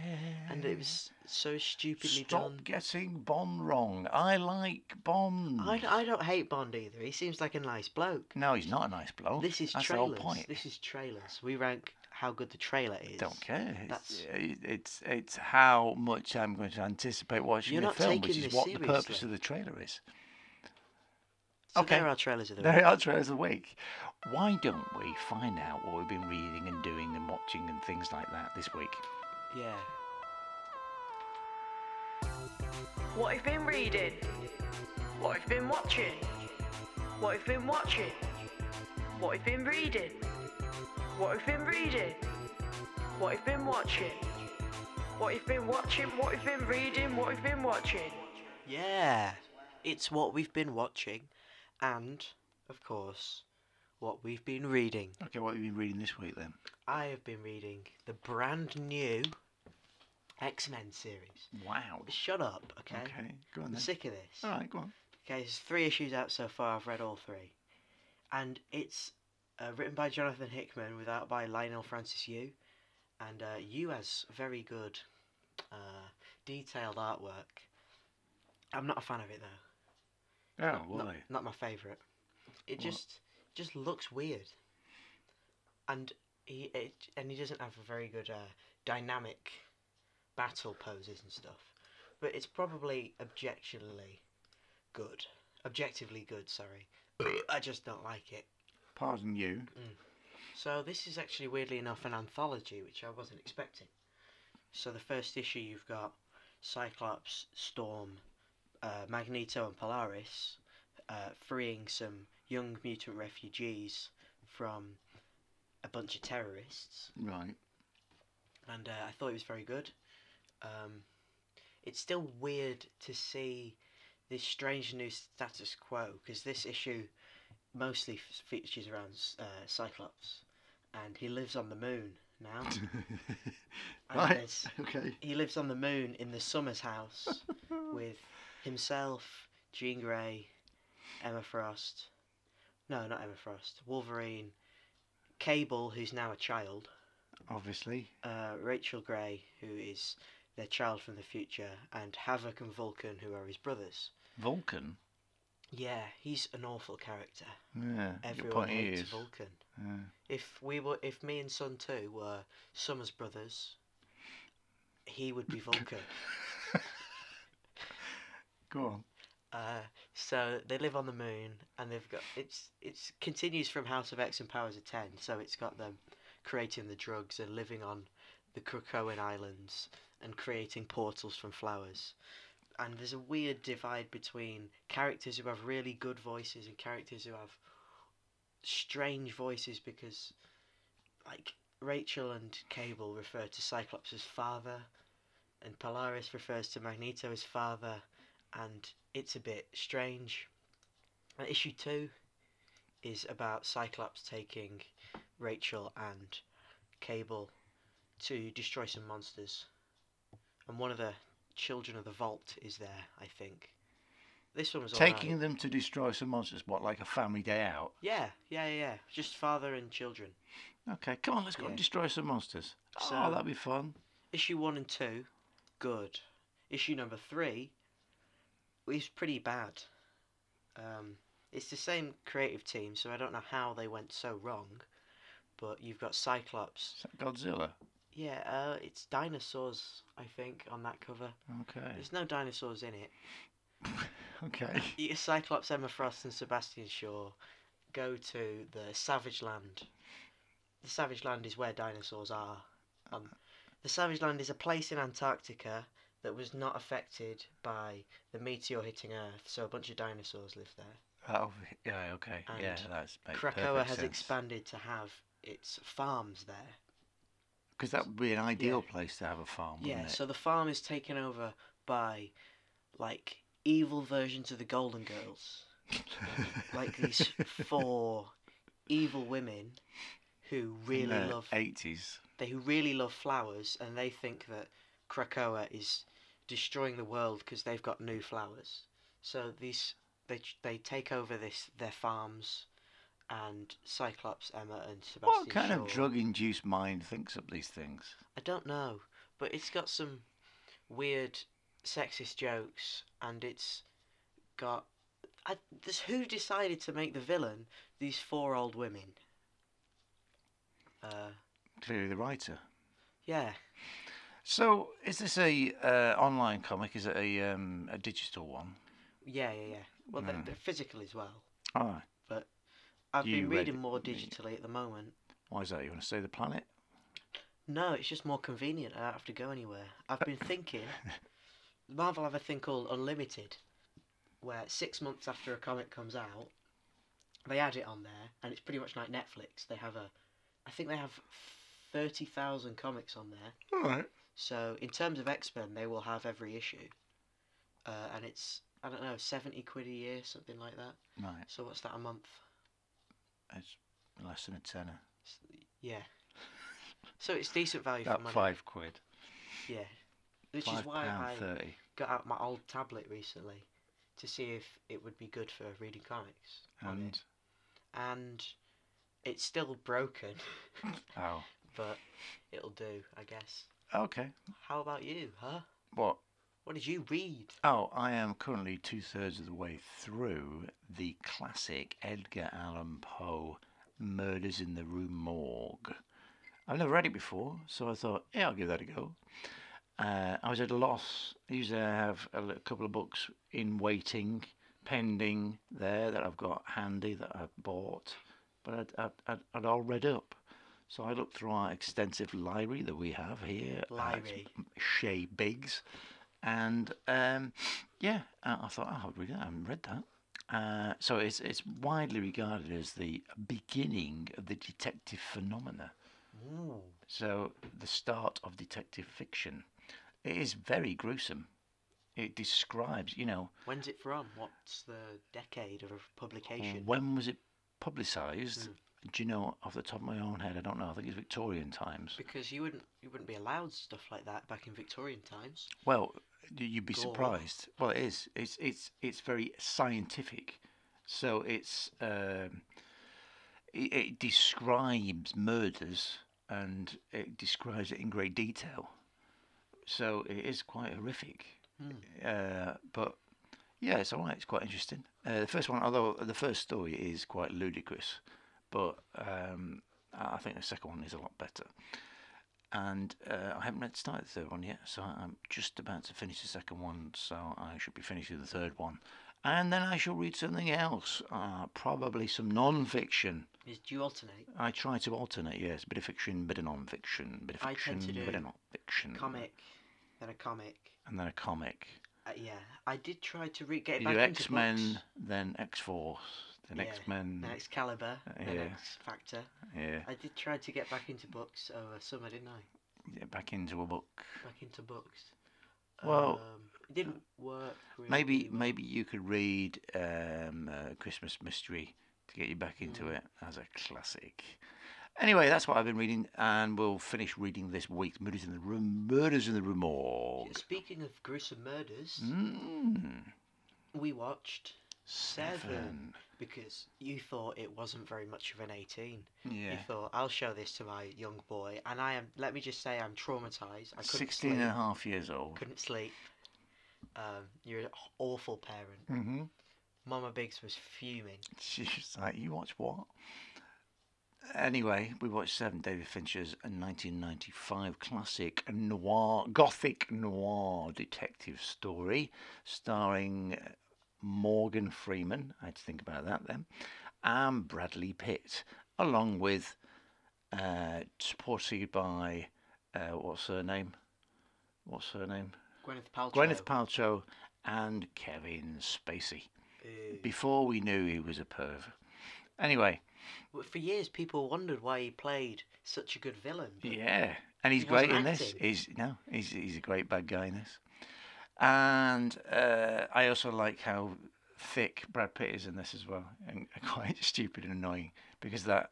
and it
care.
was so stupidly
Stop
done.
getting Bond wrong. I like Bond.
I, d- I don't hate Bond either. He seems like a nice bloke.
No, he's not a nice bloke.
This is
That's
trailers.
the whole point.
This is trailers. We rank how good the trailer is.
Don't care. It's,
That's-
it- it's it's how much I'm going to anticipate watching
You're
the
not
film, which
taking
is
this
what the purpose
seriously.
of the trailer is.
So
okay.
There are trailers of the
There are trailers of the week. Why don't we find out what we've been reading and doing and watching and things like that this week? (laughs)
Yeah.
What have been reading? What have been watching? What have been watching? What have been reading? What have been reading? What have been watching? What have been watching? What have been reading? What have been watching?
Yeah. It's what we've been watching, and of course, what we've been reading.
Okay, what have you been reading this week then?
I have been reading the brand new X Men series.
Wow.
Shut up, okay?
Okay, go on
I'm
then.
sick of this.
All right, go on.
Okay, there's three issues out so far. I've read all three, and it's uh, written by Jonathan Hickman, with art by Lionel Francis Yu, and uh, Yu has very good, uh, detailed artwork. I'm not a fan of it though.
Oh,
not,
well,
not my favourite. It
What?
just just looks weird, and he it, and he doesn't have a very good uh, dynamic battle poses and stuff. But it's probably objectionably good, objectively good. Sorry, (clears throat) I just don't like it.
pardon you.
So this is actually weirdly enough an anthology, which I wasn't expecting. So the first issue you've got Cyclops, Storm, uh, Magneto, and Polaris uh, freeing some young mutant refugees from a bunch of terrorists, (laughs)
Right.
and uh, I thought it was very good. Um, it's still weird to see this strange new status quo because this issue mostly f- features around s- uh, Cyclops, and he lives on the moon now. And
right.
there's-
Okay.
he lives on the moon in the Summers house with himself, Jean Grey, Emma Frost. No, not Emma Frost. Wolverine, Cable, who's now a child,
Obviously.
uh, Rachel Grey, who is their child from the future, and Havoc and Vulcan, who are his brothers.
Vulcan.
Yeah, he's an awful character.
Yeah. your
Everyone
point
hates
is.
Vulcan.
yeah.
If we were, if me and Son Two were Summers brothers, he would
(laughs)
be Vulcan.
Go on.
Uh, so they live on the moon, and they've got it's it's continues from House of X and Powers of Ten. So it's got them creating the drugs and living on the Krakoan Islands and creating portals from flowers. And there's a weird divide between characters who have really good voices and characters who have strange voices because, like Rachel and Cable refer to Cyclops as father, and Polaris refers to Magneto as father and it's a bit strange. Uh, issue two is about Cyclops taking Rachel and Cable to destroy some monsters, and one of the children of the Vault is there, I think. This one was
Taking
alright.
them to destroy some monsters. What, like a family day out?
yeah, yeah, yeah, yeah, just father and children.
Okay, come on, let's go
Yeah.
and destroy some monsters.
So-
oh, that'd be fun.
Issue one and two, good. Issue number three is pretty bad. Um, it's the same creative team, so I don't know how they went so wrong. But you've got Cyclops.
Is that Godzilla?
Yeah, uh, it's dinosaurs, I think, on that cover.
Okay.
There's no dinosaurs in it.
(laughs) okay.
You- Cyclops, Emma Frost, and Sebastian Shaw go to the Savage Land. The Savage Land is where dinosaurs are. Um, the Savage Land is a place in Antarctica that was not affected by the meteor hitting Earth, so a bunch of dinosaurs live there.
(laughs) Oh, yeah. Okay. yeah,
And
that's makes
Krakoa
perfect
has
sense.
expanded to have its farms there.
Because that would be an ideal place to have a farm, wouldn't
Yeah,
it?
so the farm is taken over by like evil versions of the Golden Girls.
(laughs)
Like these four evil women who really
uh,
love
eighties.
they who really love flowers and they think that Krakoa is destroying the world because they've got new flowers. So these they they take over this their farms and Cyclops, Emma and Sebastian
What kind of
Shaw-
drug-induced mind thinks up these things?
I don't know, but it's got some weird sexist jokes, and it's got. I, this, who decided to make the villain these four old women? Uh,
Clearly, the writer.
yeah,
So, is this a uh, online comic? Is it a um, a digital one?
yeah, yeah, yeah. Well, they're,
Mm.
they're physical as well,
All right.
but I've
You
been
read
reading
it,
more
didn't you?
digitally at the moment.
Why is that? You want to save the planet?
No, it's just more convenient. I don't have to go anywhere. I've
(laughs)
been thinking. Marvel have a thing called Unlimited, where six months after a comic comes out, they add it on there, and it's pretty much like Netflix. They have a, I think they have thirty thousand comics on there.
All right.
So in terms of X Men, they will have every issue, uh, and it's I don't know seventy quid a year, something like that.
Right.
So what's that a month?
It's less than a tenner. (laughs)
Yeah. So it's decent value for
About
money.
five quid.
Yeah. Which
five
is why
pound
I
thirty.
got out my old tablet recently to see if it would be good for reading comics on
And
it. And it's still broken, (laughs)
oh,
but it'll do, I guess.
okay.
How about you, huh?
What?
What did you read?
Oh, I am currently two thirds of the way through the classic Edgar Allan Poe Murders in the Rue Morgue. I've never read it before, so I thought, yeah, I'll give that a go. Uh, I was at a loss. I usually I have a li- couple of books in waiting, pending there that I've got handy that I've bought, but I'd, I'd, I'd, I'd all read up. So I looked through our extensive library that we have here
Library.
at Shea Biggs, and um, yeah, I I thought oh, I'll read that. I haven't read that. Uh, so it's it's widely regarded as the beginning of the detective phenomena.
Ooh.
So, the start of detective fiction. It is very gruesome. It describes, you know,
When's it from? What's the decade of publication?
when was it publicised? Do you know off the top of my own head? I don't know. I think it's Victorian times.
Because you wouldn't you wouldn't be allowed stuff like that back in Victorian times.
Well, y- you'd be
Gore.
surprised. Well, it is. It's it's it's very scientific. So it's um, it, it describes murders and it describes it in great detail. So it is quite horrific. Uh, but yeah, it's all right. It's quite interesting. Uh, the first one, although the first story is quite ludicrous, but um, I I think the second one is a lot better. And uh, I haven't read started the third one yet, so I'm just about to finish the second one. So I should be finishing the third one, and then I shall read something else, uh, probably some non-fiction.
Is do you alternate?
I try to alternate, yes, bit of fiction, bit of non-fiction, bit of
I
fiction,
tend to
bit of
do
non-fiction,
Comic, then a comic.
and then a comic.
Uh, yeah, I did try to re- get
You
back
do
into
X Men,
books.
then X Force, then
Yeah,
X Men.
then Excalibur, then
yeah.
X Factor.
Yeah,
I did try to get back into books over summer, didn't I?
yeah, back into a book.
Back into books.
Well,
um, it didn't work. Really
Maybe
well.
maybe you could read um, uh, Christmas Mystery to get you back into
Mm.
it as a classic. Anyway, that's what I've been reading, and we'll finish reading this week. Murders in the Room, Murders in the Room Morgue.
Speaking of gruesome murders,
Mm,
we watched
seven.
because you thought it wasn't very much of an eighteen. You
Yeah.
thought I'll show this to my young boy, and I am. Let me just say, I'm traumatized. I
16
couldn't sleep.
and a half years old.
Couldn't sleep. Um, you're an awful parent.
Mm-hmm.
Mama Biggs was fuming.
She's like, you watch what? Anyway, we watched Seven, David Fincher's 1995 classic noir, gothic noir detective story, starring Morgan Freeman. I had to think about that then, and Bradley Pitt, along with uh, supported by uh, what's her name? What's her name?
Gwyneth Paltrow.
Gwyneth Paltrow and Kevin Spacey.
Ew.
Before we knew he was a perv. Anyway,
Well, For years, people wondered why he played such a good villain. but
yeah, and he's
He
great
wasn't
in this.
acting.
He's no, he's he's a great bad guy in this. And uh, I also like how thick Brad Pitt is in this as well, and (laughs) quite stupid and annoying because that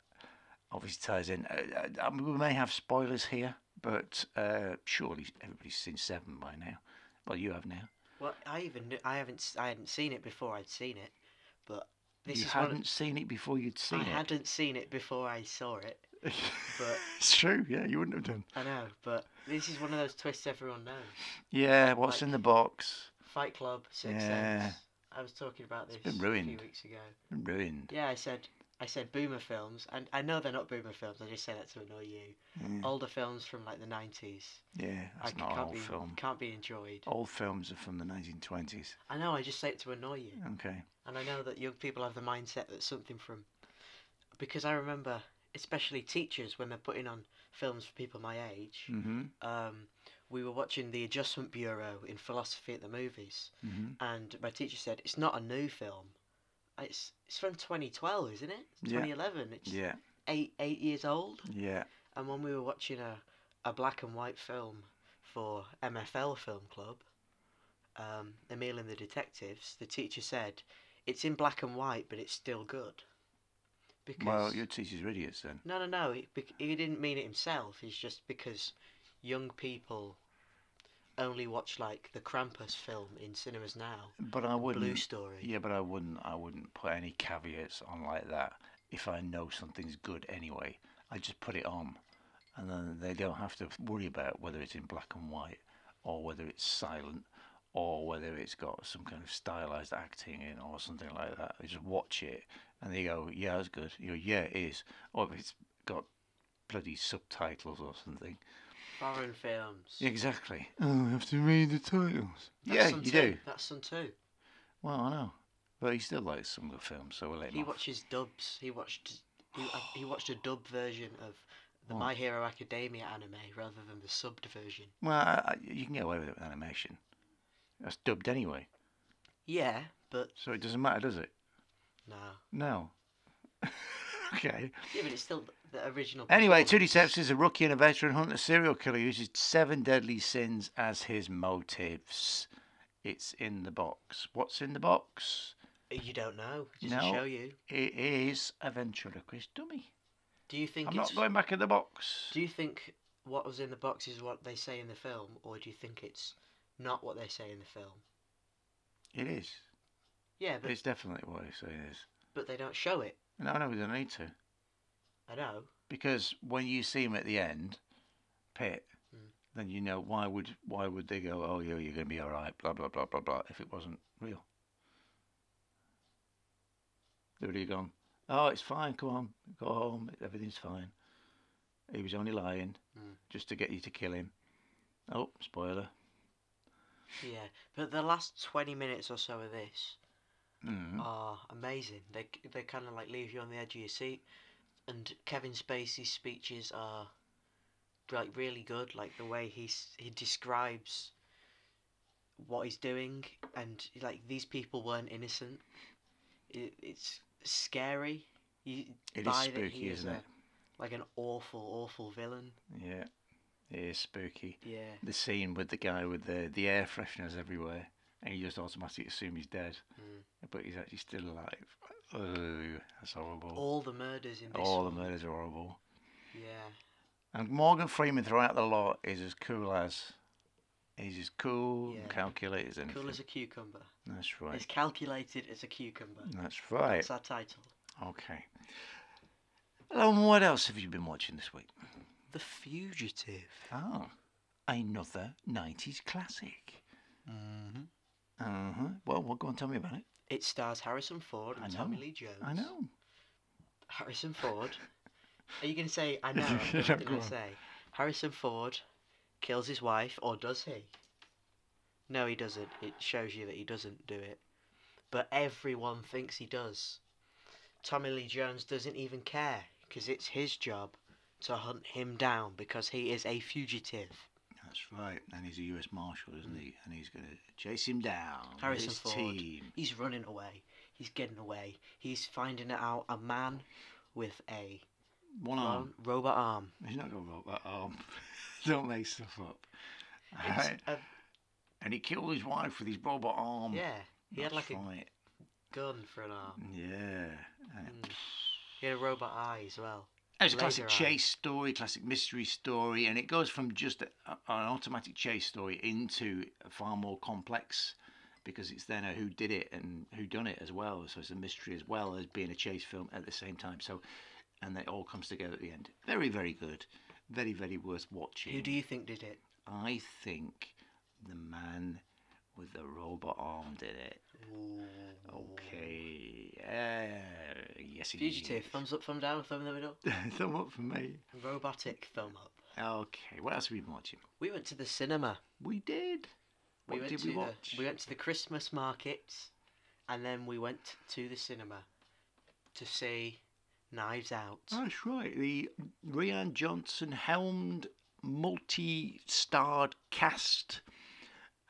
obviously ties in. Uh, uh, I mean, we may have spoilers here, but uh, surely everybody's seen Seven by now. Well, you have now.
Well, I even knew, I haven't s- I hadn't seen it before I'd seen it, but this
you
is
hadn't
one. of-
seen it before you'd seen
I
it.
hadn't seen it before I saw it. but-
(laughs) it's true. Yeah, you wouldn't have done.
I know, but this is one of those twists everyone knows.
Yeah, what's
Like-
in the box?
Fight Club, Sixth
Yeah.
Sense. I was talking about this
been ruined.
a few weeks ago.
Ruined.
Yeah, I said I said boomer films, and I know they're not boomer films. I just say that to annoy you.
Yeah,
Older films from like the nineties.
yeah that's
I c-
not an
can't
old
be
film. Oh.
can't be enjoyed.
Old films are from the 1920s.
I know. I just say it to annoy you.
Okay.
And I know that young people have the mindset that something from. Because I remember, especially teachers, when they're putting on films for people my age,
Mm-hmm.
um, we were watching The Adjustment Bureau in philosophy at the movies,
Mm-hmm.
and my teacher said, It's not a new film. It's, it's from 2012, isn't it? It's
Yeah.
2011. It's
Yeah.
eight, eight years old.
Yeah.
And when we were watching a, a black and white film for MFL Film Club, um, Emil and the Detectives, the teacher said, it's in black and white, but it's still good. Because
Well, your teachers are idiots then.
no, no, no. He, bec- he didn't mean it himself. It's just because young people only watch like the Krampus film in cinemas now,
But I wouldn't.
Blue Story.
Yeah, but I wouldn't. I wouldn't put any caveats on like that. If I know something's good anyway, I just put it on, and then they don't have to worry about whether it's in black and white, or whether it's silent, or whether it's got some kind of stylized acting in, or something like that. They just watch it, and they go, "Yeah, that's good." You go, "Yeah, it is." Or if it's got bloody subtitles or something.
Foreign films.
Exactly. Oh, I have to read the titles.
That's
yeah,
Sun
you
Tzu-
do.
That's Sun Tzu.
Well, I know, but he still likes some good films, so we'll let him
He
off.
watches dubs. He watched he, I- he watched a dub version of the
What?
My Hero Academia anime rather than the subbed version.
Well, I, I- you can get away with it with animation. That's dubbed anyway,
Yeah, but
so it doesn't matter, does it?
no.
No. (laughs) okay.
Yeah, but it's still the original.
Anyway, Two
performance.
Deceptives is a rookie and a veteran hunter serial killer who uses seven deadly sins as his motives. It's in the box. What's in the box?
You don't know. Just
No.
to show you.
It is a ventriloquist dummy.
Do you think
I'm
it's
not going back in the box.
Do you think what was in the box is what they say in the film, or do you think it's not what they say in the film?
It is.
Yeah, but
It's definitely what I say it is.
but they don't show it.
No, no, we don't need to.
I know.
because when you see him at the end, Pitt,
Mm.
then you know why would why would they go? Oh, yeah, you're going to be all right. Blah blah blah blah blah. If it wasn't real, they would have gone. Oh, it's fine. Come on, go home. Everything's fine. He was only lying
Mm.
just to get you to kill him. Oh, spoiler.
Yeah, but the last twenty minutes or so of this
Mm.
are amazing. They they kind of like leave you on the edge of your seat, and Kevin Spacey's speeches are like really good. Like the way he he describes what he's doing, and like these people weren't innocent. It, it's scary. You
It is
buy that
spooky,
he is
isn't
a-
it?
Like an awful, awful villain.
Yeah, it is spooky.
Yeah.
The scene with the guy with the the air fresheners everywhere, and you just automatically assume he's dead.
Mm.
but he's actually still alive. Oh, that's horrible.
All the murders in
All,
this.
the
one.
murders are horrible.
Yeah.
And Morgan Freeman throughout the lot is as cool as he's as cool and
Yeah.
calculated as anything.
Cool as a cucumber.
That's right.
It's calculated as a cucumber.
That's right.
That's our title.
Okay. And what else have you been watching this week?
The Fugitive.
Oh, another '90s classic.
Mm-hmm.
Uh huh. Well, well, go on, tell me about it.
It stars Harrison Ford
I
and
know,
Tommy Lee Jones.
I know.
Harrison Ford Are you going to say,
(laughs)
I know,
No,
I'm
go
going
on.
to say, Harrison Ford kills his wife, or does he? No, he doesn't. It shows you that he doesn't do it. But everyone thinks he does. Tommy Lee Jones doesn't even care, because it's his job to hunt him down, because he is a fugitive.
That's right. And he's a U.S. Marshal, isn't he? And he's going to chase him down. with
Harrison
his
Ford.
team.
He's running away. He's getting away. He's finding out a man with a
One
long
arm.
robot arm.
He's not going to rock that arm. (laughs) Don't make stuff up.
It's
Alright.
a,
And he killed his wife with his robot arm.
yeah, he had
Hmm. That's
like a
right.
gun for an arm.
Yeah. And
Mm. He had a robot eye as well.
It was a
Laser
classic
Eye.
chase story, classic mystery story, and it goes from just a, a- an automatic chase story into a far more complex because it's then a who did it and who done it as well. So it's a mystery as well as being a chase film at the same time. So, and it all comes together at the end. Very, very good. Very, very worth watching.
Who do you think did it?
I think the man with the robot arm did it. Oh, Okay. Uh, yes, he
Oh.
(laughs)
Fugitive.
is.
Thumbs up, thumb down, thumb in the middle.
Thumb up for me.
Robotic thumb up.
Okay, what else have we been watching?
We went to the cinema.
We did.
We
What
went
did
to
we
the,
watch?
We went to the Christmas markets, and then we went to the cinema to see Knives Out.
That's right. The Rian Johnson helmed multi-starred cast.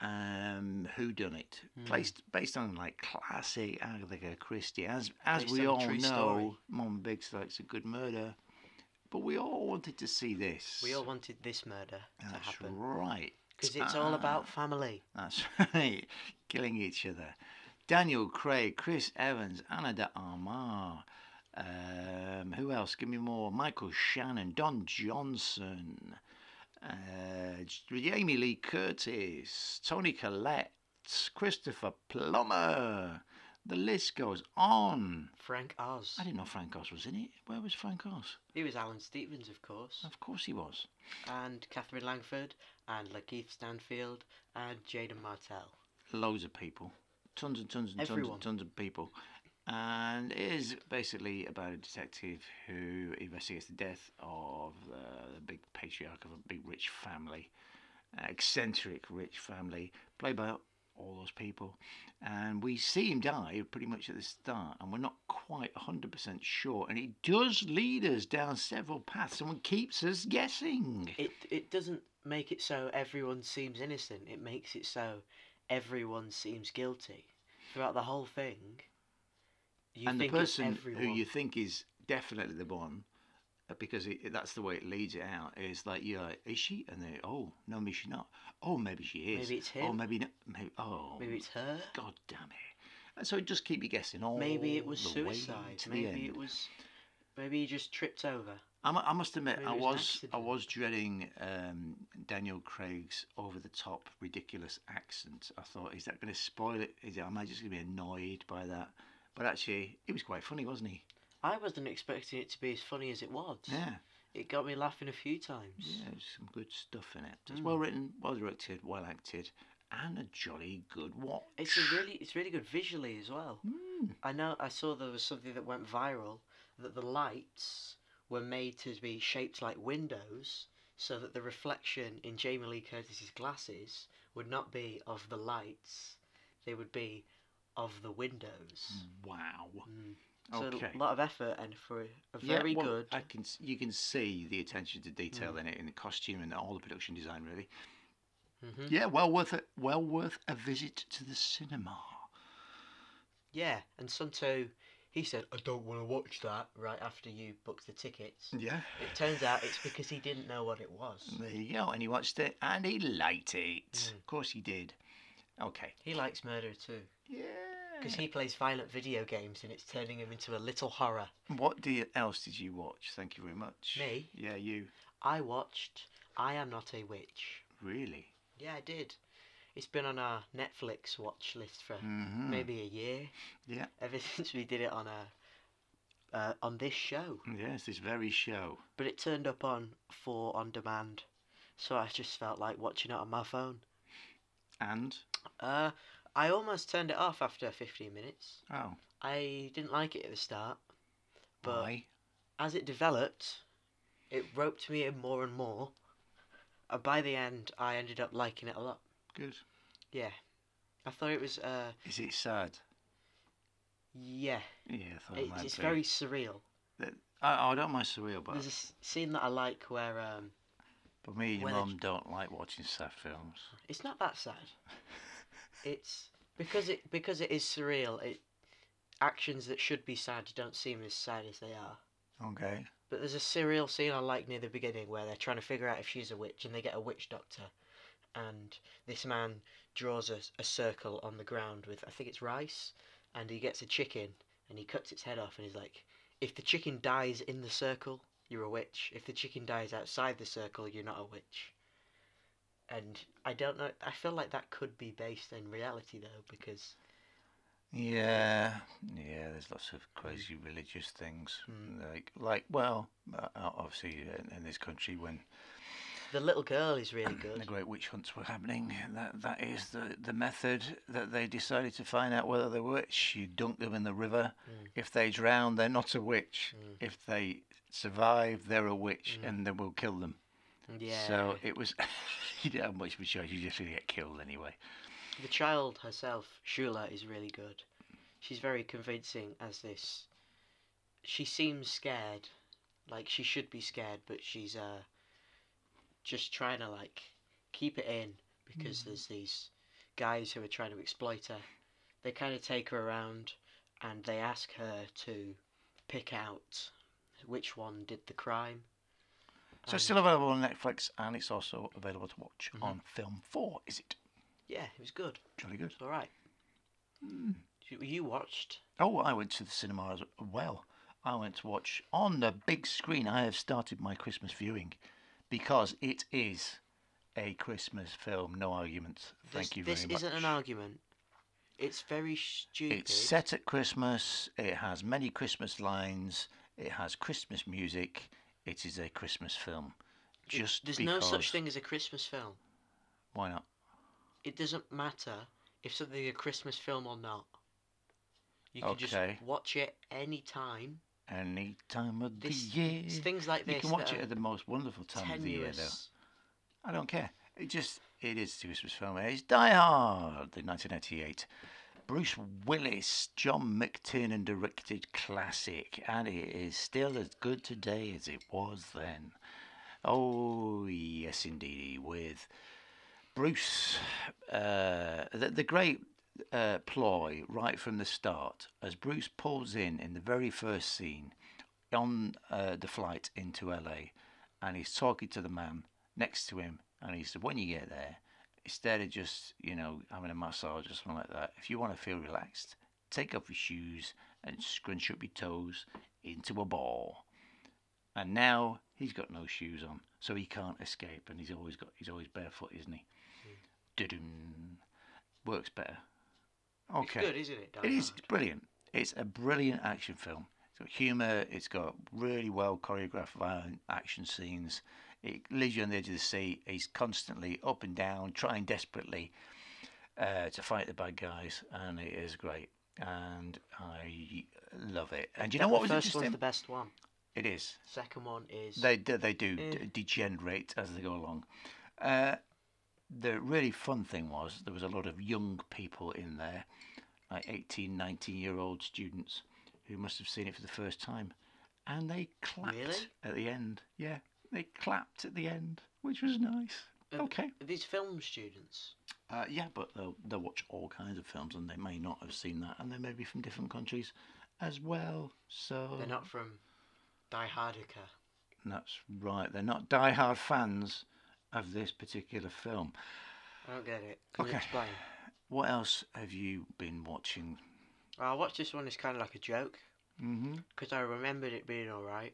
Um, who done it?
Mm.
Placed based on like classic Agatha Christie, as as
Based
we
on a
all
true
know,
story.
Mom Biggs likes a good murder, but we all wanted to see this.
We all wanted this murder to
That's
happen
right.
because it's all about
Ah.
family.
That's (laughs) right. Killing each other. Daniel Craig, Chris Evans, Anna de Armas. Um, who else? Give me more. Michael Shannon, Don Johnson, uh, Jamie Lee Curtis, Tony Collette, Christopher Plummer. The list goes on.
Frank Oz.
I didn't know Frank Oz was in it. Where was Frank Oz?
He was Alan Stevens, of course,
Of course he was.
and Catherine Langford, and Lakeith Stanfield, and Jaden Martell.
loads of people, tons and tons and
Everyone.
tons and tons of people, and it is basically about a detective who investigates the death of uh, the big patriarch of a big rich family, uh, eccentric rich family, played by all those people, and we see him die pretty much at the start, and we're not quite hundred percent sure, and it does lead us down several paths, and keeps us guessing.
It it doesn't make it so everyone seems innocent. It makes it so everyone seems guilty throughout the whole thing. You
and the
think
person
it's
who
everyone.
you think is definitely the one, uh, because it, that's the way it leads it out, is like you're like, is she? And they, oh no, maybe she's not. Oh, maybe she is.
Maybe it's
Oh,
him.
maybe not. Maybe, oh,
Maybe it's her.
God damn it! And so it just keep you guessing. All
Maybe it was
the way
suicide.
to the
Maybe
end.
it was. Maybe he just tripped over.
I, mu- I must admit,
Maybe
I
it was an
was I
accident.
was dreading um, Daniel Craig's over the top, ridiculous accent. I thought, is that going to spoil it? Is it? Am I just going to be annoyed by that? But actually, he was quite funny, wasn't he?
I wasn't expecting it to be as funny as it was.
Yeah.
It got me laughing a few times.
Yeah, there's some good stuff in it. It's
Mm.
well written, well directed, well acted, and a jolly good watch.
It's a really, it's really good visually as well.
Mm.
I know I saw there was something that went viral that the lights were made to be shaped like windows so that the reflection in Jamie Lee Curtis's glasses would not be of the lights, they would be of the windows.
Wow.
Mm. So
Okay.
a lot of effort and for a a
Yeah,
very
well,
good.
I can. s- You can see the attention to detail in it, in the costume and all the production design. Really.
Mhm.
Yeah. Well worth it. Well worth a visit to the cinema.
Yeah, and Sunto, he said, I don't want to watch that right after you booked the tickets.
Yeah.
It turns out it's because he didn't know what it was.
There you go. And he watched it, and he liked it.
Mm.
Of course he did. Okay.
He likes murder too.
Yeah.
Because he plays violent video games and it's turning him into a little horror.
What do you- else did you watch? Thank you very much.
Me?
Yeah. You.
I watched I Am Not a Witch.
Really.
Yeah, I did. It's been on our Netflix watch list for
Mhm.
maybe a year.
Yeah.
Ever (laughs) since we did it on a uh, on this show,
Yes, this very show.
but it turned up on four on demand, so I just felt like watching it on my phone.
And
Uh, I almost turned it off after 15 minutes.
oh,
I didn't like it at the start, but
bye.
as it developed, It roped me in more and more. And by the end, I ended up liking it a lot.
Good.
Yeah. I thought it was, uh,
Is it sad?
yeah.
Yeah, I thought it,
It,
might
it's
be.
very surreal.
I, I don't mind surreal, but
There's a s- scene that I like where um,
but me and
when it-
mum don't like watching sad films.
it's not that sad. it's because it because it is surreal. It actions that should be sad don't seem as sad as they are.
Okay.
But there's a surreal scene I like near the beginning where they're trying to figure out if she's a witch and they get a witch doctor. And this man draws a, a circle on the ground with, I think it's rice, and he gets a chicken and he cuts its head off and he's like, if the chicken dies in the circle, you're a witch. If the chicken dies outside the circle, you're not a witch. And I don't know, I feel like that could be based in reality though, because
Yeah, yeah. There's lots of crazy religious things, like like well, uh, uh, obviously in, in this country when
the little girl is really
the
good.
great witch hunts were happening, that that is the the method that they decided to find out whether they were witch. You dunk them in the river. If they drown, they're not a witch. If they survive, they're a witch, and they will kill them.
Yeah.
So it was. (laughs) you don't have much of a choice. You just really get killed anyway.
The child herself, Shula, is really good. She's very convincing as this. She seems scared, like she should be scared, but she's uh, just trying to like keep it in because there's these guys who are trying to exploit her. They kind of take her around and they ask her to pick out which one did the crime.
So it's still available on Netflix, and it's also available to watch
Mm-hmm.
on Film Four. Is it?
Yeah, it was good.
Jolly good.
It's all right. You- You watched
Oh, I went to the cinema as well. I went to watch on the big screen. I have started my Christmas viewing because it is a Christmas film. No arguments. Thank
this,
you very
this
much.
isn't an argument. It's very stupid.
It's set at Christmas. It has many Christmas lines. It has Christmas music. It is a Christmas film. Just
There's no
because,
such thing as a Christmas film.
Why not?
It doesn't matter if something is a Christmas film or not. You can
Okay.
just watch it any time.
Any time of
This
the year.
it's things like this.
You can watch
that
it
are
at the most wonderful time of the year, though.
tenuous.
I don't care. It just it is the Christmas film. It's Die Hard, the 1988 Bruce Willis, John McTiernan directed classic, and it is still as good today as it was then. Oh yes, indeed, with Bruce, uh, the, the great uh, ploy right from the start, as Bruce pulls in in the very first scene on uh, the flight into LA, and he's talking to the man next to him, and he said, "When you get there, instead of just you know having a massage or something like that, if you want to feel relaxed, take off your shoes and scrunch up your toes into a ball." And now he's got no shoes on, so he can't escape, and he's always got he's always barefoot, isn't he?
Hmm.
Dudum. Works better.
It's
Okay.
good, isn't it? Die
It is.
Hard?
It's brilliant. It's a brilliant action film. It's got humour. It's got really well choreographed violent action scenes. It leaves you on the edge of the seat. He's constantly up and down, trying desperately uh, to fight the bad guys, and it is great. And I love it. And you know what was
the first one's
interesting?
the best one.
It is.
Second one is
They do, they do
Yeah.
d- degenerate as they go along. Uh, the really fun thing was there was a lot of young people in there, like 18, 19 year old students who must have seen it for the first time. And they clapped
Really?
at the end. Yeah, they clapped at the end, which was nice.
Uh,
okay.
these film students.
Uh, yeah, but they'll, they'll watch all kinds of films and they may not have seen that. And they may be from different countries as well. So
They're not from Die Hardica.
That's right. They're not die-hard fans of this particular film.
I don't get it. Can you
Okay.
explain?
What else have you been watching?
I watched this one as kind of like a joke.
hmm
because I remembered it being alright.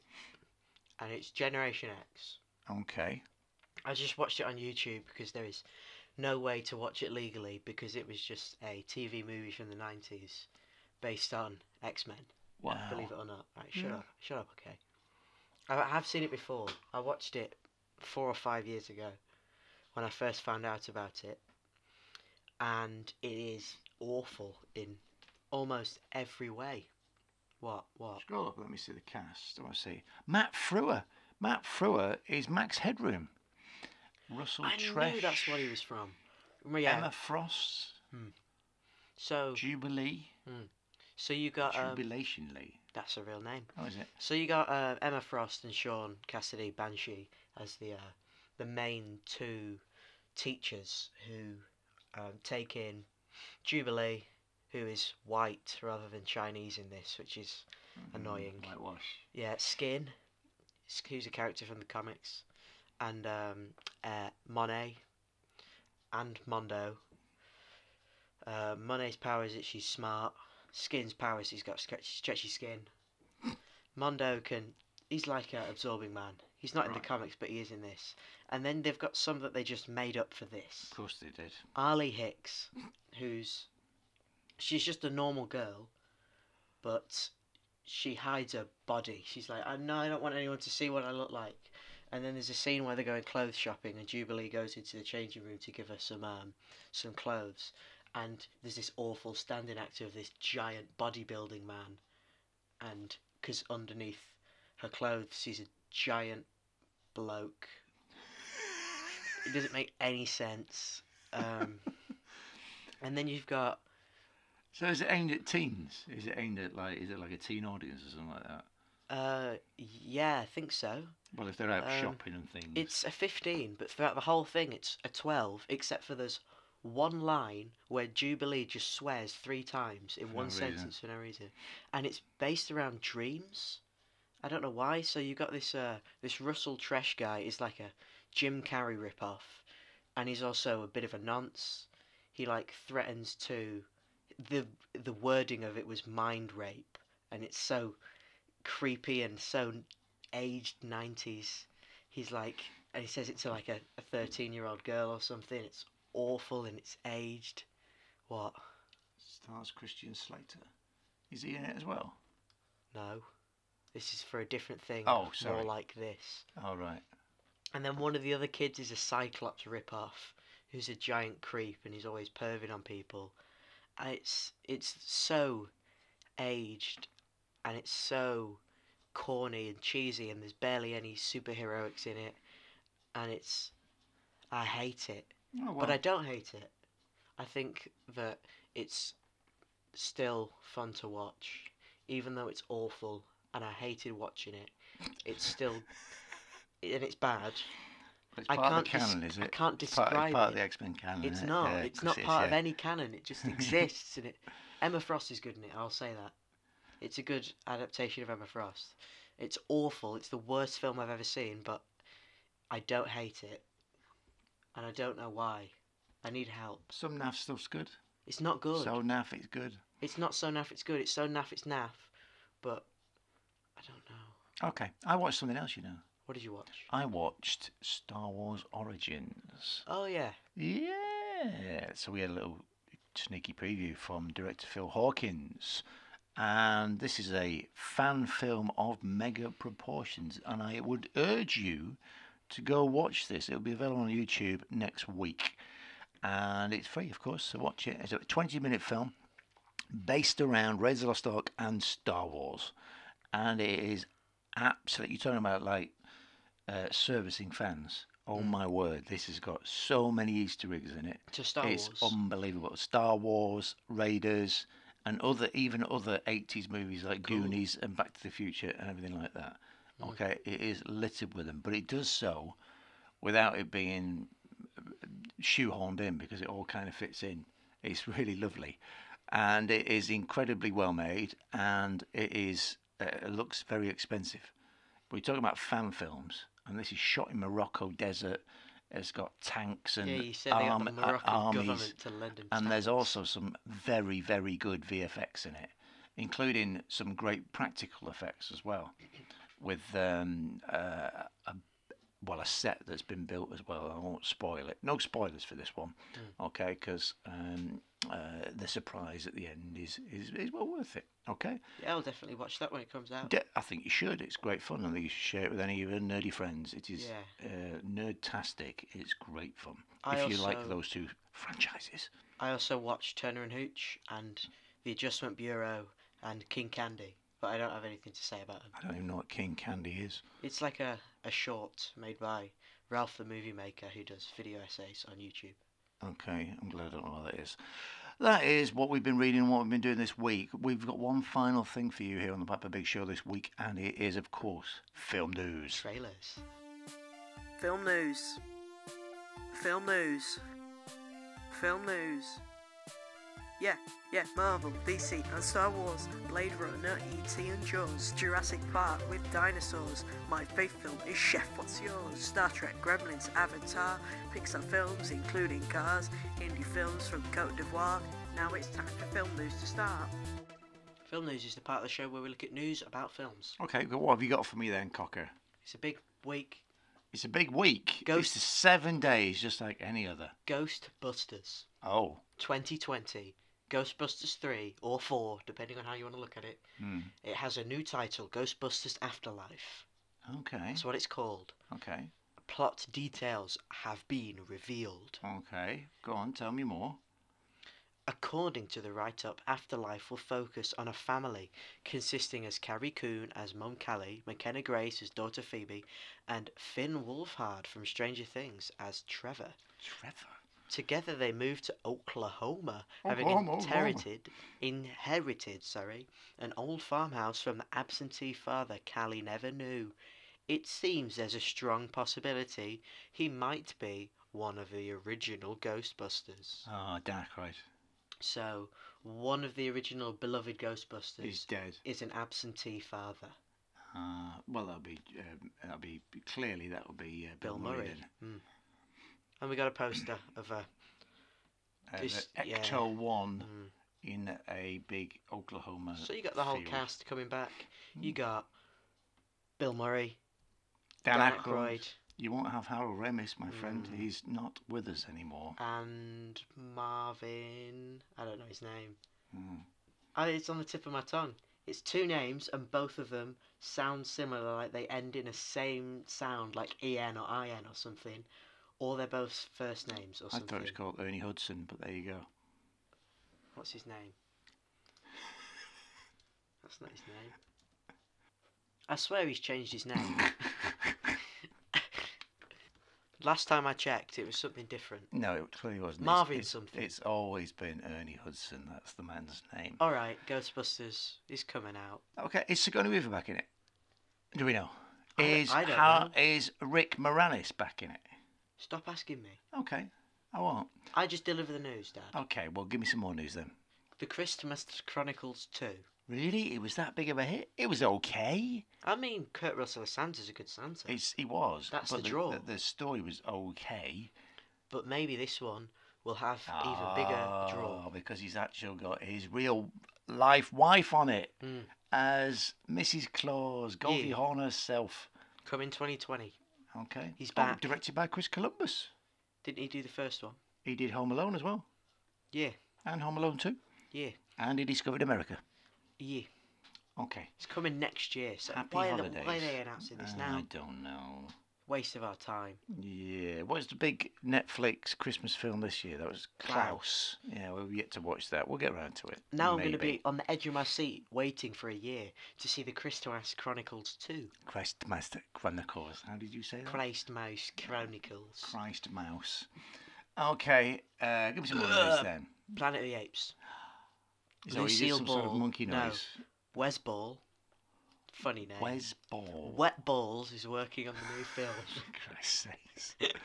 And it's Generation X.
Okay.
I just watched it on YouTube because there is no way to watch it legally because it was just a TV movie from the 90s based on X Men.
Wow.
Believe it or not. Right, shut
Yeah.
up. Shut up, okay. I I have seen it before. I watched it four or five years ago when I first found out about it. And it is awful in almost every way. What? What?
Scroll up. Let me see the cast. I want to see Matt Frewer. Matt Frewer is Max Headroom. Russell
I
Tresh.
knew that's what he was from. Yeah.
Emma Frost.
So
Jubilee.
so you got um,
Jubilationly.
that's a real name.
Oh, is it?
So you got uh, Emma Frost and Sean Cassidy Banshee as the uh, the main two teachers who um, take in Jubilee, who is white rather than Chinese in this, which is
Mm-hmm.
annoying.
Mm, Whitewash.
Yeah, Skin, s- who's a character from the comics, and um, uh, Monet and Mondo. Uh, Monet's power is that she's smart. Skin's power is he's got stretchy, stretchy skin. Mondo can. He's like an absorbing man. He's not in
Right.
the comics, but he is in this. And then they've got some that they just made up for this.
Of course they did.
Ali Hicks, who's she's just a normal girl, but she hides her body. She's like, I no, I don't want anyone to see what I look like. And then there's a scene where they're going clothes shopping, and Jubilee goes into the changing room to give her some um, some clothes. And there's this awful standing actor of this giant bodybuilding man, and because underneath her clothes she's a giant bloke. It doesn't make any sense. Um, and then you've got
So is it aimed at teens? Is it aimed at like is it like a teen audience or something like that?
uh, yeah, I think so.
Well, if they're out
Um,
shopping and things.
It's a 15, but throughout the whole thing, it's a 12, except for there's one line where Jubilee just swears three times in
For
one
no reason.
sentence for no reason, and it's based around dreams. I don't know why. So you got this uh, this Russell Tresh guy is like a Jim Carrey ripoff, and he's also a bit of a nonce. He like threatens to the the wording of it was mind rape, and it's so creepy and so aged nineties. He's like, and he says it to like a a thirteen year old girl or something. It's awful and it's aged. What?
Stars Christian Slater. Is he in it as well?
No, this is for a different thing.
Oh, sorry.
More like this.
Oh right.
And then one of the other kids is a Cyclops ripoff, who's a giant creep and he's always perving on people. And It's it's so aged, and it's so corny and cheesy, and there's barely any superheroics in it, and it's I hate it,
Oh, well,
but I don't hate it. I think that it's still fun to watch, even though it's awful, and I hated watching it. It's still and it's bad.
it's
I
part of the
can't dis-
canon, is
I
it?
can't
It's part, it's
describe
part
it.
of the X Men canon.
It's
isn't it?
not.
Uh, Yeah, of
it's
course
not
it is,
part of
yeah.
any canon.
(laughs)
It just exists, and it. Emma Frost is good in it. I'll say that. It's a good adaptation of Emma Frost. It's awful. It's the worst film I've ever seen, but I don't hate it, and I don't know why. I need help.
Some naff stuff's good.
It's not good.
So naff it's good.
It's not so naff. It's good. It's so naff. It's naff. But I don't know.
Okay, I watched something else. You know,
What did you watch?
I watched Star Wars Origins.
Oh yeah.
Yeah. So we had a little sneaky preview from director Phil Hawkins. And this is a fan film of mega proportions. And I would urge you to go watch this. It'll be available on YouTube next week. And it's free, of course, so watch it. It's a 20 minute film based around Raiders of the Lost Ark and Star Wars. And it is absolutely, you're talking about like uh, servicing fans. Oh my word, this has got so many Easter eggs in it.
Mm. To Star
it's
Wars.
unbelievable. Star Wars, Raiders, and other even other 80s movies like Goonies and Back to the Future and everything like that.
Mm.
Okay, it is littered with them, but it does so without it being shoehorned in because it all kind of fits in. It's (laughs) really lovely, and it is incredibly well made, and it is uh, it looks very expensive. We're talking about fan films, and this is shot in Morocco desert. It's got tanks and
Yeah, you said they
arm,
got the
uh,
Moroccan
armies,
government to lend him.
and there's
tanks.
also some very very good VFX in it, including some great practical effects as well, with um, uh, a well, a set that's been built as well. I won't spoil it. No spoilers for this one,
Hmm.
okay? Because um, uh, the surprise at the end is, is, is well worth it, okay?
Yeah, I'll definitely watch that when it comes out.
De- I think you should. It's great fun. I think you should share it with any of your nerdy friends. It is
Yeah.
uh, nerdtastic. It's great fun.
I
if you like
also-
those two franchises,
I also watched Turner and Hooch and The Adjustment Bureau and King Candy. but I don't have anything to say about them.
I don't even know what King Candy is.
It's like a, a short made by Ralph the movie maker who does video essays on YouTube.
Okay, I'm glad I don't know what that is. That is what we've been reading and what we've been doing this week. We've got one final thing for you here on the Papa Big Show this week, and it is, of course, film news.
Trailers.
Film news. Film news. Film news. Yeah, yeah, Marvel, DC, and Star Wars, Blade Runner, E.T. and Jaws, Jurassic Park with dinosaurs, my faith film is Chef What's Yours, Star Trek, Gremlins, Avatar, Pixar films including Cars, indie films from Cote d'Ivoire. Now it's time for film news to start.
Film news is the part of the show where we look at news about films.
Okay, well, what have you got for me then, Cocker?
It's a big week.
It's a big week.
Ghost-
It's seven days, just like any other.
Ghostbusters
Oh,
2020. Ghostbusters 3 or 4, depending on how you want to look at it.
hmm.
It has a new title Ghostbusters Afterlife.
okay,
That's what it's called.
okay,
Plot details have been revealed.
okay. Go on, tell me more.
According to the write up, Afterlife will focus on a family consisting as Carrie Coon as Mum Callie, McKenna Grace as daughter Phoebe, and Finn Wolfhard from Stranger Things as Trevor.
Trevor.
Together they move to Oklahoma,
Oklahoma,
having
Oklahoma.
inherited inherited, sorry, an old farmhouse from the absentee father Callie never knew. It seems there's a strong possibility he might be one of the original Ghostbusters.
Ah, Dan Aykroyd.
So, one of the original beloved
He's
Ghostbusters
dead.
is an absentee father,
Uh, well, that'll be, um, that'll be clearly that will be uh,
Bill, Murray.
then.
Mm. And we got a poster of a
Uh,
This-
the
yeah.
Ecto One
Mm.
in a big Oklahoma.
So you got the whole
field.
cast coming back.
Hmm.
You got Bill Murray,
Dan,
Dan
Aykroyd.
Aykroyd,
You won't have Harold Ramis, my friend.
Mm.
He's not with us anymore.
and Marvin. I don't know his name.
Mm.
I, it's on the tip of my tongue. It's two names, and both of them sound similar, like they end in a same sound, like en or in or something, or they're both first names or
I
something.
thought it was called Ernie Hudson, but there you go. (laughs)
What's his name? That's not his name. I swear he's changed his name. Last time I checked, it was something different.
No, it clearly wasn't. It's-
Marvin
it's,
something.
It's always been Ernie Hudson. That's the man's name.
All right, Ghostbusters is coming out.
Okay, is Sigourney Weaver back in it? Do we know?
I don't-
Is
I don't
Har-
know.
is Rick Moranis back in it?
Stop asking me.
Okay, I won't.
I just deliver the news, Dad.
Okay, well, give me some more news then.
The Christmas Chronicles 2.
Really, it was that big of a hit? It was okay.
I mean, Kurt Russell as Santa's a good Santa,
It's it was.
That's
but
the draw.
The, the story was okay.
but maybe this one will have even bigger
Oh,
draw.
because he's actually got his real life wife on it
Mm.
as Mrs. Claus, Goldie
Yeah.
Hawn herself.
Coming 2020.
Okay,
He's
Oh,
back.
directed by Chris Columbus.
Didn't he do the first one?
He did Home Alone as well,
Yeah,
and Home Alone Two,
yeah,
and he discovered America.
yeah.
Okay.
It's coming next year, so
Happy
why, are they-
holidays.
why are they announcing this
Uh, I
now?
don't know.
Waste of our time.
Yeah, what's the big Netflix Christmas film this year? That was Klaus.
Klaus.
Yeah, we've yet to watch that. We'll get around to it.
Now I'm going to
maybe.
be on the edge of my seat waiting for a year to see the Christmas Chronicles 2.
Christ Master Chronicles. How did you say that?
Christ Mouse Chronicles.
Christ Mouse. Okay, uh, give me some more news then.
Planet of the Apes.
Is that what you did,
Lucille
some sort of
Ball.
monkey
No.
noise?
Wes Ball. Funny name.
Wes Ball.
Wet Balls is working on the new film.
(laughs) Christ's sakes. (laughs)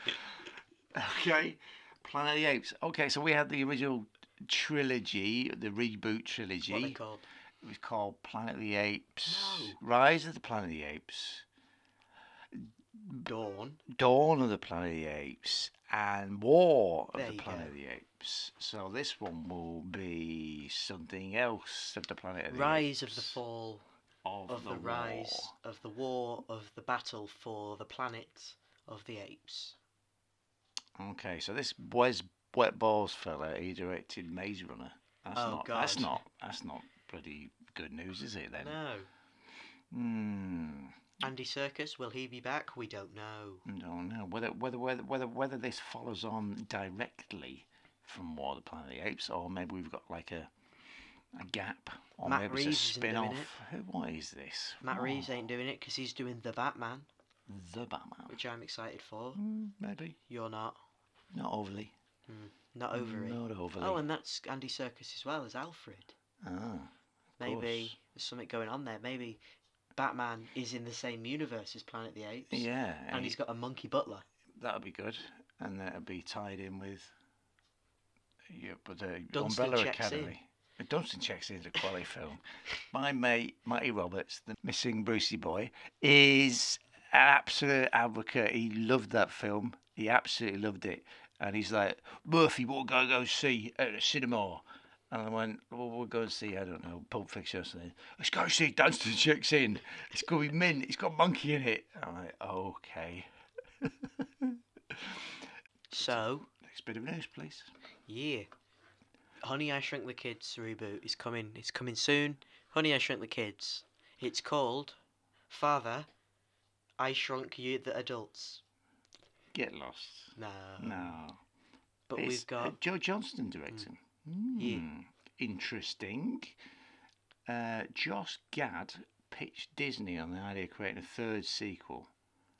okay, Planet of the Apes. Okay, so we had the original trilogy, the reboot trilogy.
what they called.
It was called Planet of the Apes. Rise of the Planet of the Apes. Mm.
Dawn.
Dawn of the Planet of the Apes and War of
There
the
you
Planet
go.
of the Apes. So this one will be something else of the Planet of the
Rise of
Apes.
the Fall
of,
of the,
War.
Rise of the War of the Battle for the Planet of the Apes.
Okay, so this Wes Wet Balls fella, he directed Maze Runner. That's
Oh,
not, That's
God.
not. That's not pretty good news, is it? Then.
No.
Hmm.
Andy Circus, will he be back? We don't know.
I don't know whether whether whether whether whether this follows on directly from War of the Planet of the Apes, or maybe we've got like a a gap, or
Matt
maybe it's
Reeves
a
isn't doing
spin
it.
off. What is this?
Matt
What?
Reeves ain't doing it because he's doing the Batman,
The Batman.
which I'm excited for.
Mm, maybe.
You're not.
Not overly.
Not over it.
Not overly.
Oh, and that's Andy Circus as well as Alfred.
ah,
Maybe
course.
there's something going on there. Maybe Batman is in the same universe as Planet of the Apes.
yeah.
And he's got a monkey butler.
That'd be good, and that'd be tied in with. Yeah, but the
Dunstan
Umbrella
checks
Academy. In. Dunstan checks into a quality film. My mate Matty Roberts, the missing Brucey boy, is an absolute advocate. He loved that film. He absolutely loved it, and he's like Murphy, what go go see at the cinema? And I went, well, we'll go and see, I don't know, Pulp Fiction or something. Let's go see Dunstan Checks In. It's going to be mint. It's got monkey in it. I'm like, okay.
So,
Next bit of news, please.
yeah. Honey, I Shrunk the Kids reboot is coming. It's coming soon. Honey, I Shrunk the Kids. It's called Father, I Shrunk You the Adults.
Get Lost.
No.
No.
But
Mm, It's,
we've got.
uh, Joe Johnston directing.
Yeah.
Hmm, Interesting. Uh, Josh Gad pitched Disney on the idea of creating a third sequel.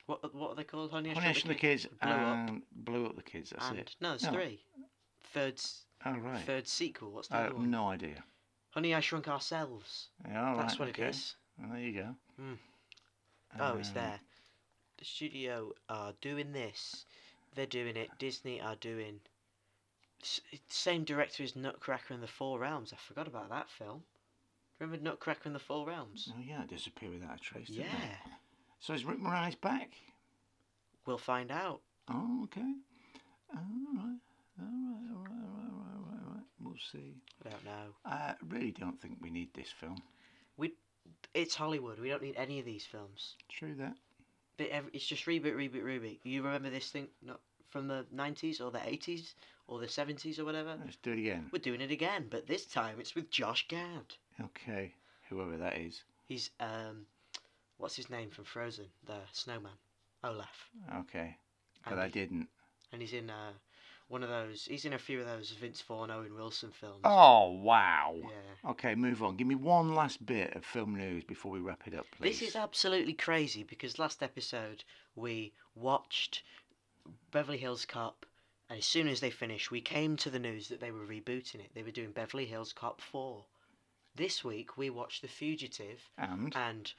What, what are they called? Honey, I
Honey, I
Shrunk
Shrunk the Kids
Blew Up.
and Blew Up the Kids. That's
and,
it.
No, it's three. Third, s-
Oh, right.
third sequel. What's the
I
other
have
one?
no idea.
Honey, I Shrunk Ourselves.
Yeah, all
That's
right,
what
okay.
it is.
Well, there you go.
Hmm. Oh, it's
Um,
there. The studio are doing this. They're doing it. Disney are doing. S- Same director as Nutcracker and the Four Realms. I forgot about that film. Remember Nutcracker and the Four Realms?
Oh, yeah, it disappeared without a trace. Didn't
yeah,
It? So is Rick Moranis back?
we'll find out.
Oh, okay. All right. All right, all right, all right, all right, all right, all right. We'll see.
I don't know.
I really don't think we need this film.
It's Hollywood. We don't need any of these films.
True that.
But ev it's just reboot, reboot, reboot. You remember this thing not from the nineties or the eighties or the seventies or whatever?
Let's do it again.
We're doing it again, but this time it's with Josh Gad.
Okay, whoever that is.
He's um, what's his name from Frozen? The snowman, Olaf.
Okay, but I
And-
didn't.
And he's in uh, one of those. He's in a few of those Vince Vaughn, Owen Wilson films.
Oh wow.
Yeah.
Okay, move on. Give me one last bit of film news before we wrap it up, please.
This is absolutely crazy because last episode we watched Beverly Hills Cop, and as soon as they finished, we came to the news that they were rebooting it. They were doing Beverly Hills Cop 4. This week we watched The Fugitive,
and
and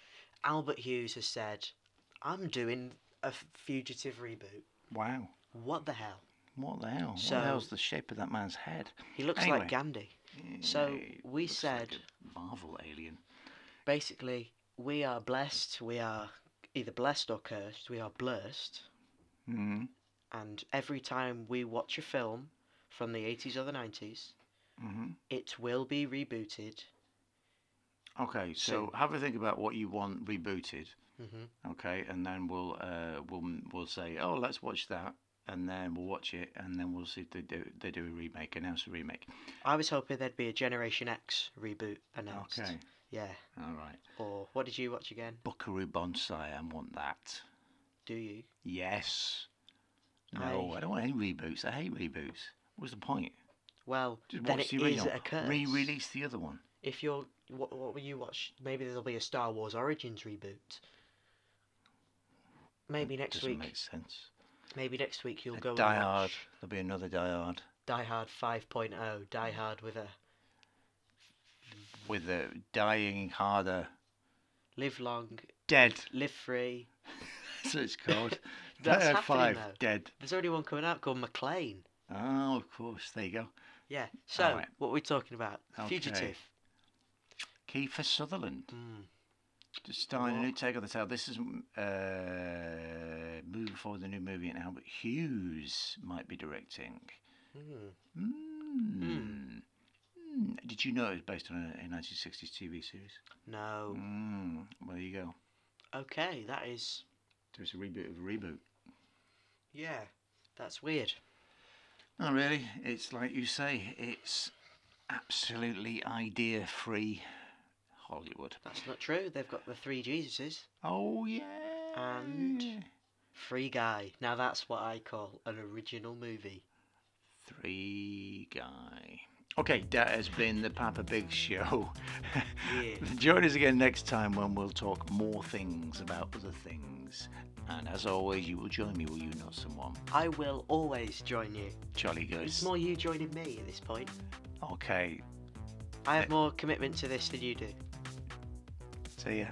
Albert Hughes has said, I'm doing a Fugitive reboot.
wow,
What the hell?
what the hell?
So-
what the hell's the shape of that man's head?
He looks
Anyway.
like Gandhi. So,
Yeah,
we
looks like
said-
a Marvel alien.
Basically, we are blessed. We are either blessed or cursed. We are blessed.
Mm.
And every time we watch a film from the 80s or the 90s,
hmm
it will be rebooted.
Okay, so
So-
have a think about what you want rebooted.
hmm
Okay, and then we'll uh, we'll we'll say, oh, let's watch that, and then we'll watch it, and then we'll see if they do they do a remake, announce a remake.
I was hoping there'd be a Generation X reboot announced.
Okay,
Yeah.
all right.
Or what did you watch again?
Buckaroo Bonsai, I want that.
Do you?
Yes. No, I,
I-
don't want any reboots. I hate reboots. What's the point?
Well,
Just
then
watch the
it is
original.
a curse.
Re-release the other one.
If you're. What, what will you watch? Maybe there'll be a Star Wars Origins reboot. Maybe next
Doesn't
week.
make sense.
Maybe next week you'll
A
go
Die
and
Hard.
watch
There'll be another Die Hard
Die Hard 5.0. Die Hard with a
with the dying harder,
live long,
dead. (laughs)
live free.
So it's called.
That's
Die Hard
happening,
Five,
though.
dead.
There's already one coming out called McLean.
Oh, of course. There you go.
Yeah. So
right.
what we're we talking about? The
Okay.
Fugitive.
Kiefer Sutherland.
Mm.
Just starring a
What?
new take on the tale. This is uh, moving forward. The new movie and Albert Hughes might be directing.
Mm.
Mm. Hmm. Mm. Did you know it was based on a, a 1960s TV series?
No.
Mm. Well, there you go. Hmm.
Okay, that is.
So it's a reboot of a reboot.
Yeah. That's weird.
Not Oh, really. It's like you say. It's absolutely idea-free Hollywood.
That's not true. They've got the three Jesuses.
Oh yeah.
And- Free Guy. Now that's what I call an original movie.
Three Guy. Okay, that has been the Papa Big Show. (laughs)
Yeah.
Join us again next time when we'll talk more things about other things. And as always, you will join me, will you not, someone?
(laughs) I will always join you.
Charlie
It's
goes.
more you joining me at this point.
Okay,
I have more commitment to this than you do.
see ya.